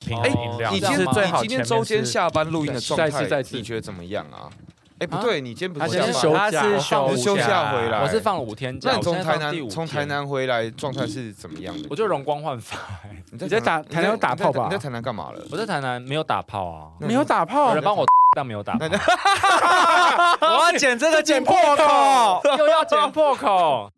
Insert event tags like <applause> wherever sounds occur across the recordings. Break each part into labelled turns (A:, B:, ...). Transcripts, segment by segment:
A: 瓶
B: 哦
A: 的饮料，
C: 你
B: 这
C: 今
B: 样
C: 天
B: 吗
A: 最
C: 你
A: 好
C: 今天
A: 前
C: 周
A: 面
C: 间
A: 是
C: 下班录音的状态，
B: 再次再次
C: 你觉得怎么样啊？哎，不
B: 啊
C: 对，你今天不
B: 他
C: 是
B: 今天
C: 下
B: 休
C: 班，
B: 假
A: 他是
B: 我放
A: 休
C: 五假回嗯来
B: 我是放了五天假，
C: 那你
B: 我
C: 从
B: 现在
C: 台
B: 放第五
C: 南从台
B: 天，
C: 南回来状态是怎么样的？
B: 我就容光焕发。
C: 你
A: 你在打台南有打炮吧
C: 你在台南干嘛了？
B: 我在台南没有打
D: <laughs>
B: 炮啊，
C: 那
A: 没有打
B: 有
A: 炮
B: 人，帮我但没有打炮，
A: 我
B: <laughs>
A: 要剪这个剪破口。
B: 又要剪破
D: <laughs>
B: 口。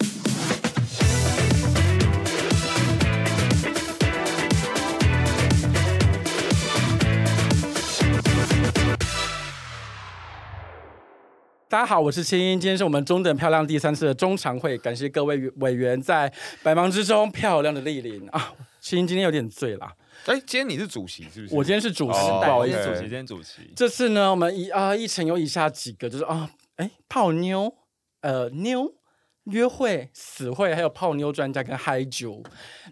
A: 大家好，我是青音，今天是我们中等漂亮第三次的中常会，感谢各位委员在百忙之中漂亮的莅临啊。青音今天有点醉啦，
C: 哎，今天你是主席是不是？
A: 我今天是主
C: 不
A: 持，
C: 哦
A: 不好意
B: 今
A: 思。
B: 天主席，
C: OK
B: 今天主席，
A: 这次呢，我们以啊、议程有以下几个，就是啊，哎、泡妞，呃，妞。约会、死会，还有泡妞专家跟嗨酒。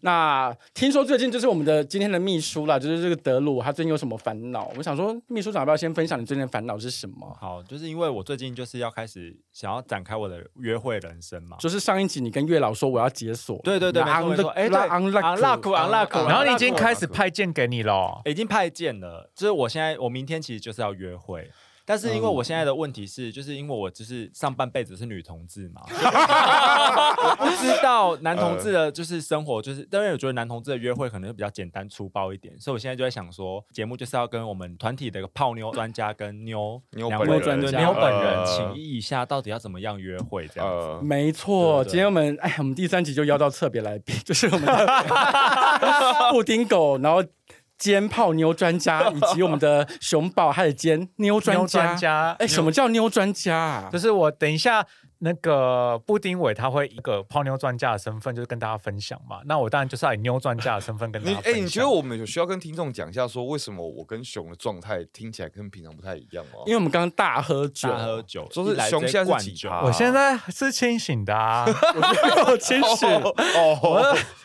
A: 那听说最近就是我们的今天的秘书啦，就是这个德鲁，他最近有什么烦恼？我想说，秘书长要不要先分享你最近的烦恼是什么？
D: 好，就是因为我最近就是要开始想要展开我的约会人生嘛。
A: 就是上一集你跟月老说我要解锁，
D: 对对对，没错没错。哎，对
A: 昂
D: 昂拉库，昂拉库，
C: 然
A: 然后
C: 后
E: 然后你已经开始派件给你了，哦
D: 已经派件了。就是我现在，我明天其实就是要约会。但是
C: 嗯
D: 因为我现在的问题是，就是因为我就是上半辈子是女同志
C: <laughs>
D: 嘛，我不知道男同志的就是生活，就是当然我觉得男同志的约会可能会比较简单粗暴一点，所以我现在就在想说，节目就是要跟我们团体的一个泡妞专家跟妞
C: 妞
D: 两
C: 本
D: 位
A: 人专
D: 对
A: 家
D: 妞本人
C: 呃
D: 请意一下，到底要怎么样约会这样子。
C: 呃，
A: 没
D: 嗯对
A: 错，
D: 对对
A: 今天我们哎，我们第三集就邀到特别来宾， <laughs> 就是我们的
D: <laughs>
A: 布丁狗，然后煎泡妞专家，以及我们的熊宝，还有煎妞专
E: 妞
A: 家
E: 专。家，
A: 哎，什么叫妞专家啊
E: 就？是我等一下那个布丁伟他会一个泡妞专家的身份，就是跟大家分享嘛。那我当然就是要以妞专家的身份跟大
C: 你
E: 家
C: 哎，
E: 分享。
C: 你觉得我们有需要跟听众讲一下，说为什么我跟熊的状态听起来跟平常不太一样吗？
A: 因为我们刚刚大喝酒，
D: 大喝酒，
C: 就是
D: 一来
C: 熊
D: 直接
C: 现在是
D: 灌
C: 几
D: 酒
C: 趴
D: <laughs>
E: 我现在是清醒的啊，
A: <laughs> 我真是，
C: 哦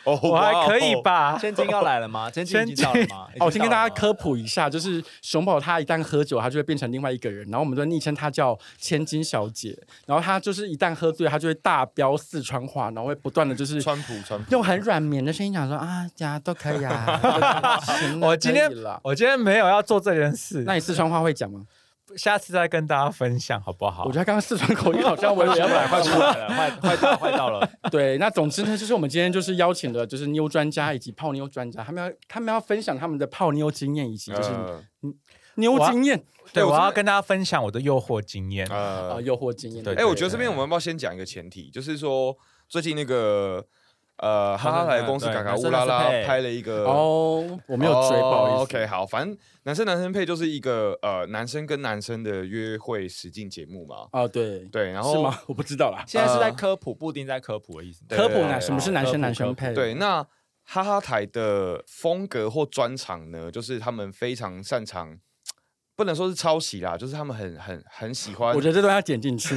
C: 哦，
E: 我还可以
C: 哇哦？
E: 吧？
D: 千金要来了吗？千金已经到了吗？已经到了吗
A: 哦，我先跟大家科普一下，就是熊宝他一旦喝酒，他就会变成另外一个人，然后我们都昵称他叫千金小姐，然后他就是一旦喝醉，他就会大飙四川话，然后会不断的就是
C: 川普川普，
A: 用很软绵的声音讲说啊，家都可以
E: <laughs>
A: 啊。行了
E: 我今天
A: 可以了
E: 我今天没有要做这件事，
A: 那你四川话会讲吗？
E: 下次再跟大家分享好不好
A: 我觉？得刚刚四川口音好像我也
D: <laughs> 要
A: 要
D: 不然
A: 来
D: 快出来了，快快到快到了。
A: <laughs> 对，那总之呢，就是我们今天就是邀请了就是妞专家以及泡妞专家，他们要他们要分享他们的泡妞经验以及就是
C: 呃
A: 妞经验
E: 对，
C: 我
E: 我
C: 真的
E: 要跟大家分享我的诱惑经验。
C: 呃
A: 啊，诱惑经验。
E: 对
C: 哎、我觉得这边我们要不要先讲一个前提，就是说最近那个呃，哈哈
A: 嗯
C: 来公司
D: 对
C: 嘎嘎
D: 男
C: 乌
D: 生
C: 拉
D: 男
C: 拉
D: 生配
C: 拍了一个，
A: 哦，我没有追，不好意思。
C: OK，好，反正男生男生配就是一个呃，男生跟男生的约会实境节目嘛。
A: 啊，对，
C: 对，然
A: 是
C: 后
A: 吗？我 <laughs> 不知道啦。
D: <laughs> 现在是在科普，布丁在科普的意思吗。
C: 对
A: 科普
C: 对
A: 呢，
C: 对
A: 什么是男生男生配？
C: 对，那哈哈台的风格或专场呢，就是他们非常擅长。不能说是抄袭啦，就是他们很很很喜欢
A: 我，觉得这段要剪进去。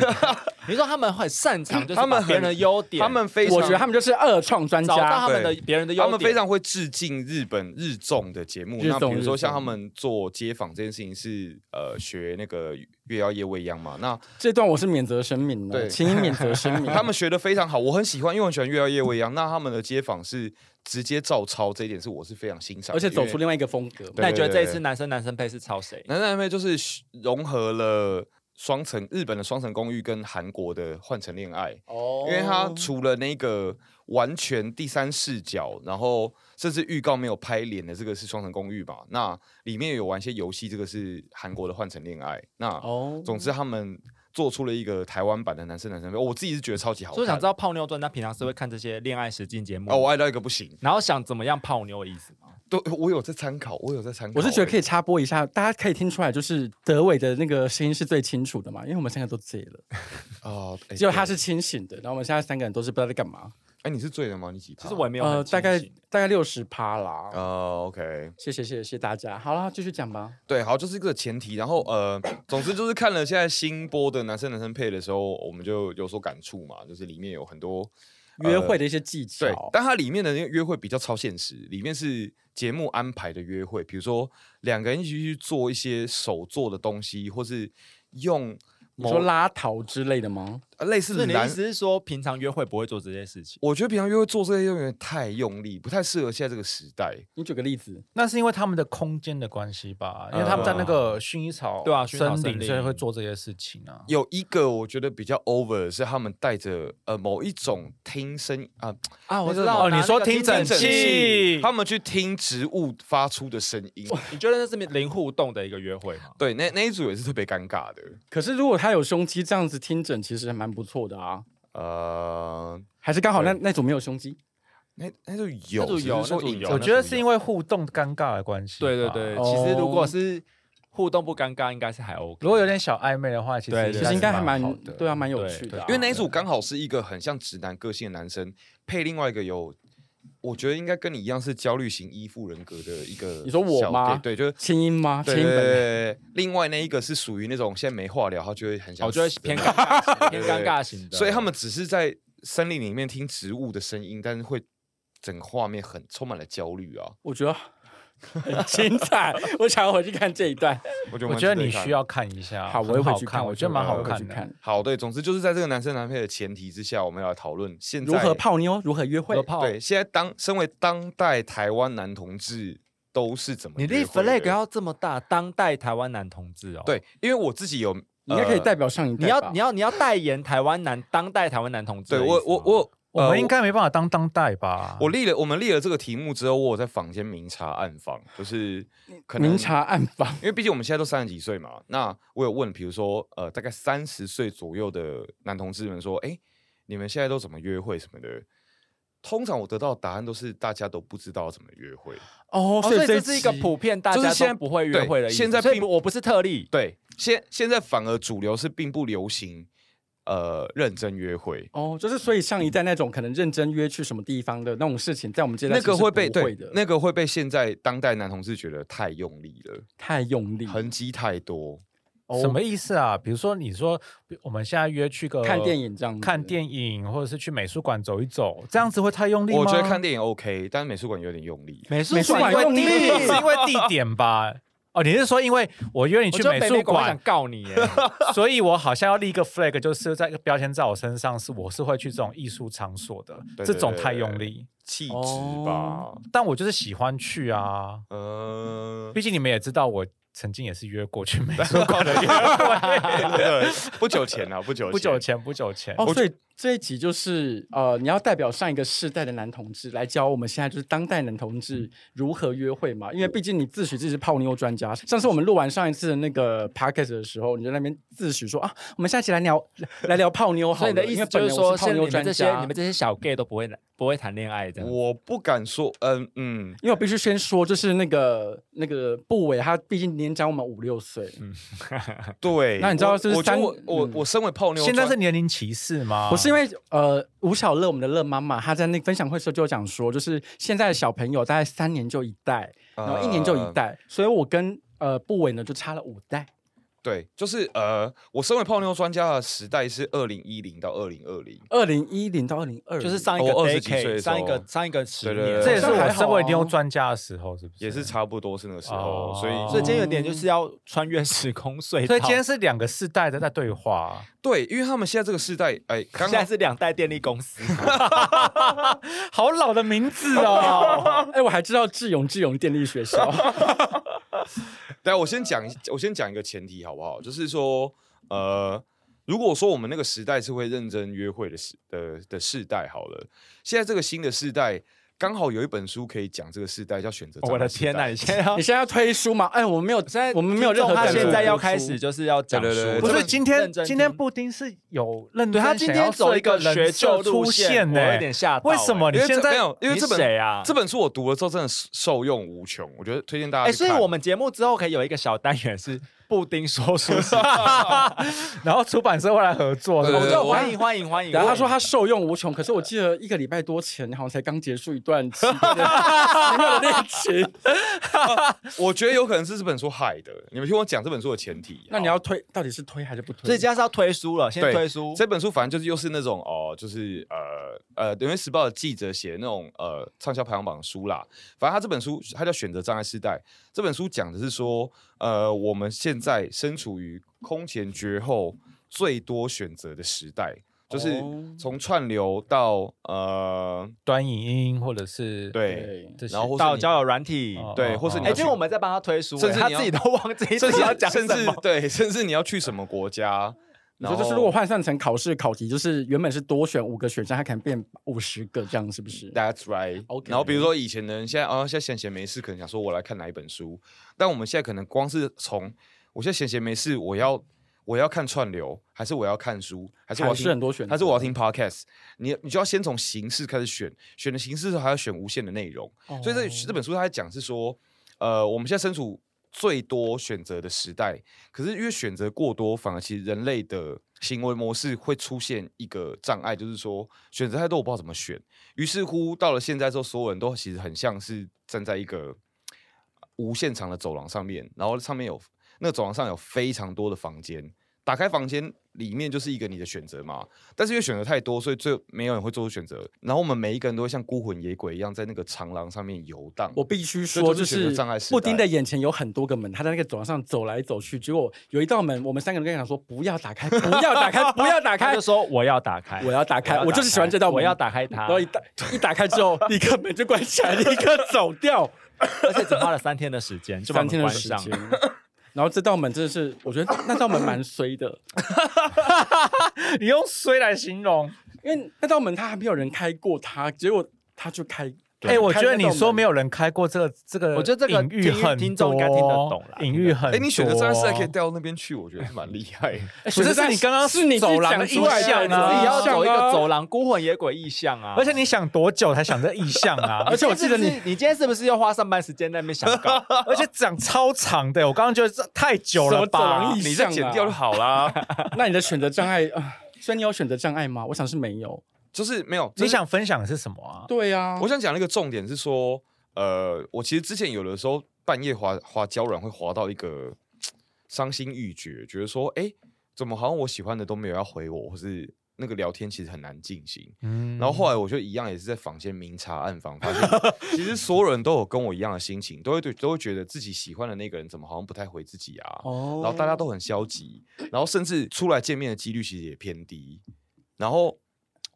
D: 你说他们很擅长，就是
C: 他们
D: 把别人的
C: 很
D: 优点，
C: 他们 <laughs> 非常，
A: 我觉得他们就是二创专
D: 找到
A: 家
D: 他。们的别人的优
C: 他
D: 点，
C: 们非常会致敬日本日综的节目。
A: 日
C: 那比
A: 综
C: 如
A: 日
C: 说像
A: 综
C: 他们做街访这件事情是呃学那个月妖夜未央嘛，那
A: 这段我是免责声明了，
C: 对
A: 请你免责
C: <laughs>
A: 声明。
C: 他们学的非常好，我很喜欢，因为我很喜欢月妖夜未央。那他们的街访是直接照抄，这一点是我是非常欣赏的，
A: 而且走
C: 因为
A: 出另外一个风格。
C: 对
D: 那你觉得这一
C: 对
D: 次男生男生配是抄谁？
C: 男男妹就是融合了双层日本的双层公寓跟韩国的换乘恋爱。
A: 哦
C: 因为他除了那个完全第三视角，然后甚至预告没有拍脸的这个是《双城公寓》吧？那里面有玩一些游戏，这个是韩国的《换乘恋爱》。那
A: 哦
C: 总之他们做出了一个台湾版的男生男生配，哦我自己是觉得超级好
D: 所以
C: 看。
D: 我想知道泡妞专家平常是会看这些恋爱实境节目
C: 哦，，我爱到一个不行，
D: 然后想怎么样泡妞的意思吗？
C: 对我有在参考，我有在参考。
A: 我是觉得可
C: 以，
A: 以插播一下，大家可以听出来，就是德伟的那个声音是最清楚的嘛，因为我们三个都醉了，
C: 哦，哎
A: 只有他是
C: 对
A: 清醒的，然后我们现在三个人都是不知道在干嘛，
C: 哎，你是醉了吗？你几趴？
D: 其实我也没有
A: 呃，
D: 很
A: 大
D: 清
A: 概
D: 醒
A: 大概六十趴啦。
C: 哦，OK，
A: 谢谢谢谢谢谢大家，好啦，继续讲吧。
C: 对，好，就是这个前提。然后呃，总之就是看了现在新播的男生男生配的时候，我们就有所感触嘛，就是里面有很多呃
A: 约会的一些技巧
C: 对，，但它里面的那个约会比较超现实，里面是节目安排的约会，比如说两个人一起去做一些手做的东西，或是用
A: 你说
C: 某
A: 拉桃之类的吗？
C: 呃类
D: 是
C: 似
D: 你的意
C: 男
D: 思是说，平常约会不会做这些事情？
C: 我觉得平常约会做这些有点太用力，不太适合现在这个时代。
A: 你举个例子，
E: 那是因为他们的空间的关系吧，因为他们在那个薰衣草
D: 对啊薰衣草
E: 森
D: 森
E: 林，
D: 林
E: 所以会做这些事情啊。
C: 有一个我觉得比较 over 的是他们带着呃某一种听声啊、
D: 啊，
C: 我知道
E: 哦，你说听诊
C: 听诊
E: 器，
C: 他们去听植物发出的声音。
D: 你觉得那是零互动的一个约会吗？
C: 对，那那一组也是特别尴尬的。
A: 可是如果他有胸肌这样子听诊，其实还蛮不错的啊。
C: 呃，
A: 还是刚好那那组没有胸肌，
C: 那那就有，
D: 那就
C: 只是
D: 有
C: 说
D: 那就
C: 隐
D: 有
C: 藏
E: 我
C: 的
E: 觉得
C: 不
E: 是
C: 一
E: 因
C: 样
E: 为互动尴尬的关系吧。
D: 对对对，
A: 哦
D: 其实如果是互动不尴尬，应该是还 OK。
E: 如果有点小暧昧的话，其
D: 对
E: 实
D: 对
A: 其实应该还蛮
E: 好的
A: 对啊，蛮有趣的啊、
C: 因为那一组刚好是一个很像直男个性的男生配另外一个有，我觉得应该跟你一样是焦虑型依附人格的一个。
A: 你说我吗
C: 对，就是
A: 轻音吗？轻
C: 对
A: 音
C: 对对
A: 本
C: 对对另外那一个是属于那种现在没话聊，他就会很
A: 哦
C: 想
D: 我
C: 死
D: 觉得
C: 的那
D: 偏尴
C: 种，
D: 尬型，偏
C: 对对
D: 尴尬型的。
C: 所以他们只是在森林里面听植物的声音，但是会整个画面很充满了焦虑啊。
A: 我觉得很精彩，我想要回去看这一段。
C: 我觉得
E: 我
C: 蛮
E: 觉得
C: 值得
E: 你
C: 看
E: 需要看一下，
A: 好，我会
E: 很
A: 回
E: 好
A: 去看，
E: 看，我觉得蛮
A: 我
E: 好
A: 会回去
E: 看的。呃
A: 看。
C: 好对，总之就是在这个男生男配的前提之下，我们要来讨论现在
A: 如何泡妞，如何约会
D: 合？泡，
C: 对现在当身为当代台湾男同志都是怎么
D: 你
C: 约
D: 立
C: 会的
D: flag 要这么大，当代台湾男同志哦。
C: 对，因为我自己有
A: 你应该可以
C: 呃
A: 代表上一代
D: 你要
A: 吧
D: 你要你要代言台湾男当代台湾男同志
C: 对
D: 的意思
C: 我
D: 吗。哦
C: 我我
E: 我
C: 呃
E: 们应该没办法当当代吧？
C: 我立了我们立了这个题目之后，我有在坊间明察暗访，就是可能
A: 明察暗访，
C: 因为毕竟我们现在都三十几岁嘛，那我有问，比如说呃，大概三十岁左右的男同志们说，哎、你们现在都怎么约会什么的？通常我得到的答案都是大家都不知道怎么约会。
A: 哦，
D: 哦，所以
A: 这
D: 这是一个
A: 集
D: 普遍大
C: 就是
D: 家
C: 现
D: 都
C: 在
D: 不会约
C: 对
D: 会的意思。
C: 现在
D: 所以
C: 并
D: 不我不是特例，
C: 对，现现在反而主流是并不流行呃认真约会，
A: 哦，就是所以上一代那种可能认真约去什么地方的那种事情，在我们这代
C: 那
A: 其实
C: 个
A: 是
C: 会被
A: 不会
C: 对
A: 的，
C: 那个会被现在当代男同志觉得太用力了，
A: 太用力，
C: 痕迹太多。
E: 什么意思啊？比如说，你说比我们现在约去个
A: 看电影这样子
E: 呃看电影或者是去美术馆走一走，这样子会太用力吗？
C: 我觉得看电影 OK，但是美术馆有点用力。
D: 美
A: 美术馆用
E: 因为
A: 力
E: 地是因为地点吧？哦，你是说因为我约你
D: 我
E: 去
D: 觉得
E: 美
D: 北
E: 术
D: 美馆会想
E: 馆，
D: 告你
C: <laughs>
D: 耶，
E: 所以我好像要立一个 flag，就是在标签在我身上，是我是会去这种艺术场所的，
C: 对
E: 这种
C: 对对
E: 太用力。
C: 气质吧
A: 哦，
E: 但我就是喜欢去啊，
C: 嗯、
E: 毕竟你们也知道，我曾经也是约过去美
C: <laughs>
E: 术馆的
A: <laughs>
E: 约会，
C: 对，不久前啊，不久
E: 不久前，不久前。
A: 哦，所以这一集就是呃，你要代表上一个世代的男同志来教我们现在就是当代男同
D: 嗯
A: 志如何约会嘛，因为毕竟你自诩自己是泡妞专家。上次我们录完上一次的那个 podcast 的时候，你就在那边自诩说啊，我们下期来聊来聊泡妞好
D: 所
A: 了，
D: 以你的意
A: 因
D: 思
A: 为
D: 就
A: 本
D: 是
A: 人
D: 说，
A: 我是泡
D: 现在你
A: 妞
D: 们
A: 专
D: 这
A: 家，
D: 些你们这些小 gay 都不会不会谈恋爱这样。
C: 我不敢说，嗯嗯，
A: 因为我必须先说，就是那个那个部委，他毕竟年长我们五六岁，
C: 对。
A: 那你知道
C: 我
A: 就是
C: 我觉得
A: 三
C: 我我
A: 嗯
C: 我身为泡妞
E: 现
C: 专，
E: 在是年龄歧视吗？
A: 不
D: 啊
A: 是因为呃，吴小乐我们的乐妈妈，她在那个分享会的时候就有讲说，就是现在的小朋友大概三年就一代，然哦后一年就一
C: 呃
A: 代，所以我跟呃部委呢就差了五代。
C: 对，就是呃，我身为泡妞专家的时代是二零一零到二零二零，
A: 二零一零到二零二，
D: 就是上一个
C: 我20几
D: decade，
C: 岁的时候
D: 上一个上一个十
C: 对对对
D: 年，
E: 这也
A: 好
E: 是
A: 像还
E: 我
A: 好
E: 身为
A: 啊
E: 妞专家的时候，是不是？
C: 也是差不多是那个时候，所
E: 哦
C: 以
D: 所以今天有
C: 嗯
D: 点就是要穿越时空隧道。
E: 所以今天是两个世代的在对话，
C: 对，因为他们现在这个世代，哎，
D: <laughs>
C: 刚
D: 现在是两代电力公司，
E: 好老的名字 <laughs> 哦。
A: 哎，我还知道智勇智勇电力学校，
C: 对，我先讲一，我先讲一个前提好不好？就是说，呃，如果说我们那个时代是会认真约会的时的的世代好了，现在这个新的世代。刚好有一本书可以讲这个世代，叫选择障碍
D: 我
C: 世
D: 的天
C: 代。
D: 哪！你现在要
A: 你现在要推书吗？哎，我们没有，
D: <laughs> 现在
A: 我们没有任何
D: 他
A: 赞助
D: 现在要
A: 播出
D: 开始就是要讲
C: 对对对
D: 述，
C: 对
E: 不
C: 这
E: 是
C: 本
E: 今天
D: 认真，听
E: 今天布丁是有认
D: 对
E: 真
D: 他今
E: 想要
D: 天走一个
E: 人
D: 学
E: 设
D: 究
E: 出
D: 路线，
E: 现
D: 我
E: 呢
D: 有点吓到。
E: 为什么
D: 哎
E: 你
C: 欸因为
E: 现
C: 这没
E: 在
C: 有，因为
D: 你
C: 这本
D: 谁
C: <laughs>
D: 啊
C: 这本书我读了之后真的受用无穷，我觉得推荐大家
D: 哎，
C: 去
D: 所以
C: 看
D: 我们节目之后可以有一个小单元是布丁说书时间，
E: <laughs> 然后出版社会来合作？是
C: 对
E: 不
D: 我们
C: 对
E: 是
D: 就
C: 我
D: 欢迎欢迎欢迎。
A: 然后他说他受用无穷，可是我记得一个礼拜多前，好像才刚结束一段奇妙的奇妙的恋情。
C: 我觉得有可能是这本书害的。你们听我讲这本书的前提。
A: 那你
C: 好
A: 要推，到底是推还是不推？
D: 所以今天是要推书了，先
C: 对
D: 推书。
C: 这本书，反正就是又是那种哦，就是呃呃，《纽约时报》的记者写的那种呃畅销排行榜的书啦。反正他这本书，它叫《选择障碍时代》。这本书讲的是说，呃，我们现在身处于空前绝后、最多选择的时代。就是
A: 哦
C: 从串流到呃，
E: 短影音或者是
C: 对，
E: 这些
C: 然后或是
D: 到
C: 你
D: 交友软体，
E: 哦
C: 对，或是你
D: 哎，
C: 要
D: 今
C: 去
D: 天我们在帮他推书，
C: 甚
D: 哎
C: 至
D: 他
C: 你要
D: 自己都忘记
B: <laughs>
D: 自
C: 甚
D: 己要
C: 至
D: 讲
C: 甚
D: 什
C: 至
D: 么。
C: 对，甚至你要去什么国家，
A: 你
C: 然
A: 说
C: 后
A: 就是，如果换算成考试考题，就是原本是多选五个选项，它可能变五十个，这样是不是？
C: That's right。
A: OK
C: 然后比如说以前的人，现在啊，现在闲闲没事，可能想说我来看哪一本书。但我们现在可能光是从我现在闲闲没事，我要我要看串流，还是我要看书，还是我要
A: 还是
C: 听
A: 很多选择，
C: 还是我要听 podcast，你你就要先从形式开始选，选的形式之后还要选无限的内容。啊所以
A: 哦
C: 这这本书它在讲是说，呃，我们现在身处最多选择的时代，可是因为选择过多，反而其实人类的行为模式会出现一个障碍，就是说选择太多，我不知道怎么选。于是乎，到了现在之后，所有人都其实很像是站在一个无限长的走廊上面，然后上面有那个走廊上有非常多的房间。打开房间里面就是一个你的选择嘛，但是因为选择太多，所以最后没有人会做出选择。然后我们每一个人都会像孤魂野鬼一样，在那个长廊上面游荡。
A: 我必须
C: 这
A: 说，
C: 就
A: 就
C: 是选择
A: 是
C: 障碍时代
A: 布丁的眼前有很多个门，他在那个走廊上走来走去，结果有一道门，我们三个人跟他讲说不要打开，不要打开，不要打
D: 他
B: <laughs>
A: 开
D: 就，说我要打开，
A: 我要打开，
D: 要
A: 我就是喜欢这道门，
D: 我要。打开它
A: 然。后一打一打开之后，立刻门就关起来，立刻走掉，
D: 而且只花了三天的时间就把
A: 三
D: 门
A: 天的
D: 关
A: 时
D: 上。
A: 间。然后这道门真的是，我觉得那道门蛮衰的，
E: 你用衰来形容。
A: 因为那道门他还没有人开过它，结果他就开。
E: 哎、我觉得你说没
A: 有，
E: 有人开过这个这个，
D: 我觉得这个
E: 隐喻
D: 听
E: 很
D: 听众应该
E: 多
D: 听得懂啦
E: 隐喻很
C: 哎、
E: 多。啊
C: 你选择障碍时代可以带到那边去，我觉得是蛮厉害的。
A: 哎
E: 不是是你刚刚
A: 是你自己
E: 走廊的
A: 讲出来
E: 印象
A: 的
E: 啊
D: 你
A: 你
D: 自己要
A: 自己
D: 走一
A: 想啊
D: 个走廊，孤魂野鬼意象啊！
E: 而且你想多久才想这意象
C: <laughs>
E: 啊？
A: 而且我记得你
D: 是不是，你今天是不是又花上班时间在那边想 <laughs> 搞？
E: 而且讲超长的，我刚刚觉得这太久
A: 什
E: 了
A: 么走
E: 吧
A: 廊？意
C: 你再
A: 象
C: 剪
A: 啊
C: 掉就好啦。
A: <laughs> 那你的选择障碍啊，所以你有选择障碍吗？我想是没有。
C: 就是没有，就
E: <laughs>
C: 是
E: 你想分享的是什么啊？
A: 对啊，
C: 我想讲那个重点是说，呃，我其实之前有的时候半夜滑滑胶软会滑到一个伤心欲绝，觉得说，哎、怎么好像我喜欢的都没有要回我，或是那个聊天其实很难进行。
E: 嗯
C: 然后后来我就一样也是在房间明察暗访，发现 <laughs> 其实所有人都有跟我一样的心情，都会对都会觉得自己喜欢的那个人怎么好像不太回自己啊，
A: 哦
C: 然后大家都很消极，然后甚至出来见面的几率其实也偏低。然后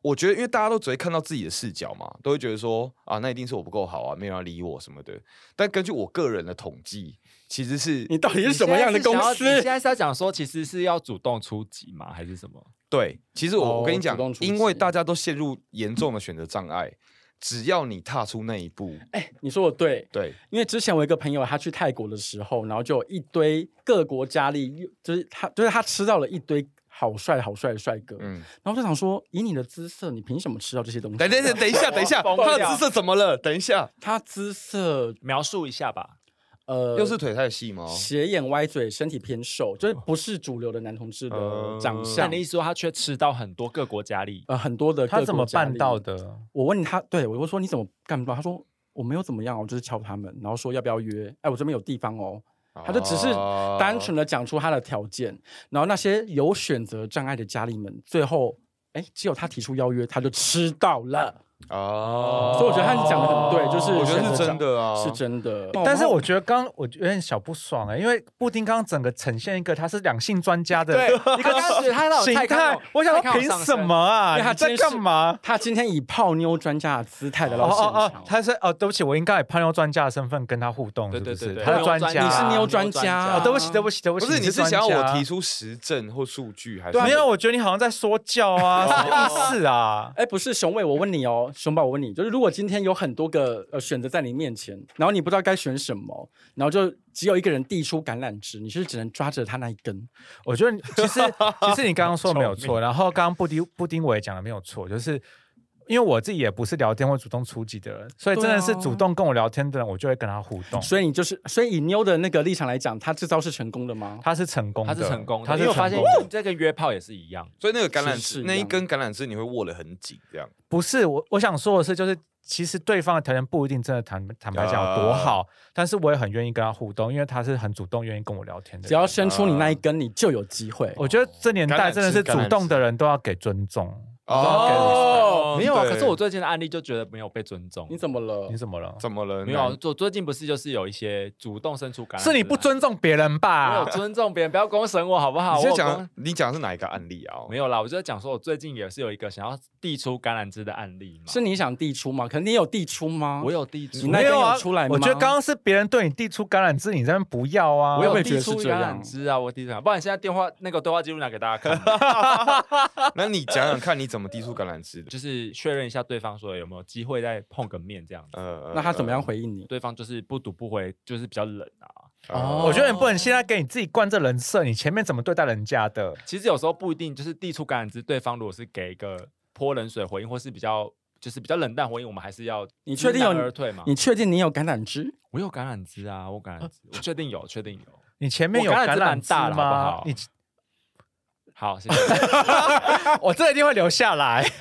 C: 我觉得，因为大家都只会看到自己的视角嘛，都会觉得说啊，那一定是我不够好啊，没有人要理我什么的。但根据我个人的统计，其实是
A: 你到底是什么样的公
D: 你现在是想要你
A: 司
D: 现？在是要讲说，其实是要主动出击吗？还是什么？
C: 对，其实我、
A: 哦
C: 我跟你讲
A: 主动，出击
C: 因为大家都陷入严重的选择障碍，只要你踏出那一步，
A: 哎你说我 <laughs> 对，
C: 对，
A: 因为之前我有一个朋友，他去泰国的时候，然后就有一堆各国佳丽，就是他就是他吃到了一堆好帅好帅的帅哥，
C: 嗯，
A: 然后就想说，以你的姿色，你凭什么吃到这些东西？啊
C: 等等等，等一下，等一下，
D: 疯掉
C: 他的姿色怎么了？等一下，
A: 他姿色
D: 描述一下吧。
A: 呃，
C: 又是腿太细吗？
A: 斜眼歪嘴，身体偏瘦，就是不是主流的男同志的
C: 呃
A: 长
D: 那
A: 相
D: 你的。意思说，他却吃到很多各国佳丽，
A: 呃，很多的
E: 他
A: 各
E: 怎
A: 国
E: 么
A: 佳
E: 办
A: 丽
E: 到的？
A: 我问他，对我就说你怎么干到？他说我没有怎么样，我就是敲他们，然后说要不要约？哎，我这边有地方哦。他就只是
C: 哦
A: 单纯的讲出他的条件，然后那些有选择障碍的家里们，最后哎，只有他提出邀约，他就吃到了。
C: 哦，
A: 所以我觉得他讲的很对，就是
C: 我觉得
A: 选择
C: 是
A: 障
C: 真的啊，
A: 是真的。
E: 但是我觉得刚我有点小不爽哎、因为布丁刚刚整个呈现一个他是两性专家的
D: 你刚开始他 <laughs> 有
E: 形
D: 太看
E: 态
D: 我，
E: 我想
D: 太
E: 说
D: 看我
E: 凭
D: 上
E: 什
D: 身
E: 么
A: 因
E: 啊？
A: 为他
E: 你在
A: 今天
E: 干
A: 是
E: 嘛？
A: 他今天以泡妞专家的姿态来到
E: 哦
A: 现
E: 哦
A: 场
E: 哦，，他是哦，对不起，我应该以泡妞专家的身份跟他互动，
D: 对
E: 是
D: 对
E: 不
D: 对
E: 是？
D: 对，
E: 他的
D: 妞
E: 专家，
A: 你是妞
D: 妞
A: 专家
E: 哦，对不起，对不起，对不
C: 不
E: 起，
C: 是，你是
E: 专
C: 想要
E: 家啊
C: 我提出实证或数据，还是
E: 没有，我觉得你好像在说教啊，什么意思啊？
A: 哎，不是熊伟，我问你哦，熊宝，我问你，就是如果今天有很多个呃选择在你面前，然后你不知道该选什么，然后就只有一个人递出橄榄枝，你是只能抓着他那一根。
D: <laughs>
E: 我觉得你其实其实你刚刚说的没有错，然后刚刚布丁布丁我也讲的没有错，就是。因为我自己也不是聊天或主动出击的人，所以真的是
A: 对啊
E: 主动跟我聊天的人，我就会跟他互动。
A: 所以你就是，所以以妞的那个立场来讲，他这招是成功的吗？
E: 他是成功
D: 他
E: 的，
D: 是成功的，
E: 他是
D: 因为我
E: 成
D: 发现
E: 功的
D: 这跟约炮也是一样。
C: 所以那个橄榄
A: 是是
C: 枝
A: 一
C: 那一
A: 样
C: 根橄榄枝你会握得很紧，这样
E: 不是我，我想说的是，就是其实对方的条件不一定真的坦坦白讲有多好，
D: <laughs>
E: 但是我也很愿意跟他互动，因为他是很主动愿意跟我聊天的人。
A: 只要啊伸出你那一根，你就有机会。
E: 我觉得这年代真的是主动的人都要给尊重，
C: 哦，
B: 没有啊，
C: 对
B: 可是我最近的案例就觉得没有被尊重
A: 你。怎么了
E: 你？怎么了？
C: 怎么了？
B: 没有啊，我最近不是就是有一些主动伸出橄榄枝
E: 是
B: 来，
E: 你不尊重别人
B: 我
E: 吧
A: 啊
B: 有？尊重别人，不要公审我好不好？
C: 你现在
B: 我有公
C: 讲你讲的是哪一个案例啊？
B: 没有啦，我就在讲说，我最近也是有一个想要递出橄榄枝的案例嘛。
A: 是你想递出吗？可能你有递出吗？
B: 我有递
A: 你
B: 出，
A: 那
E: 没
A: 根
E: 有啊
A: 有出来吗？
E: 我觉得刚刚是别人对你递出橄榄枝，你在那边不要啊。
B: 我
A: 也
B: 有
A: 觉
B: 递
A: 得是
B: 出
A: 这
B: 橄
A: 样
B: 榄枝啊，我递出来，不然现在电话那个对话记录拿给大家看，
C: 那你讲讲看，你怎么滴出橄榄枝的？
B: 就是确认一下对方说有没有机会再碰个面这样子。
C: 呃
A: 那他怎么样？回应你？
B: 对方就是不读不回，就是比较冷啊。
C: 呃
A: 哦
E: 我觉得你不能现在给你自己灌这人设，你前面怎么对待人家的？
B: 其实有时候不一定就是递出橄榄枝，对方如果是给一个泼冷水回应，或是比较就是比较冷淡回应，我们还是要
A: 你确定有
B: 知难而退嘛？
A: 你确定你有橄榄枝？
B: 我有橄榄枝啊，我橄榄枝，我确定有，确定 <laughs> 有。
E: 你前面有
B: 我橄榄
E: 橄
B: 枝
E: 榄
B: 蛮
E: 枝
B: 大的好不
E: 吗
B: 好？
E: 你
B: 好，谢谢。
E: 我这一定会留
A: <laughs>
E: 下来。
A: <laughs>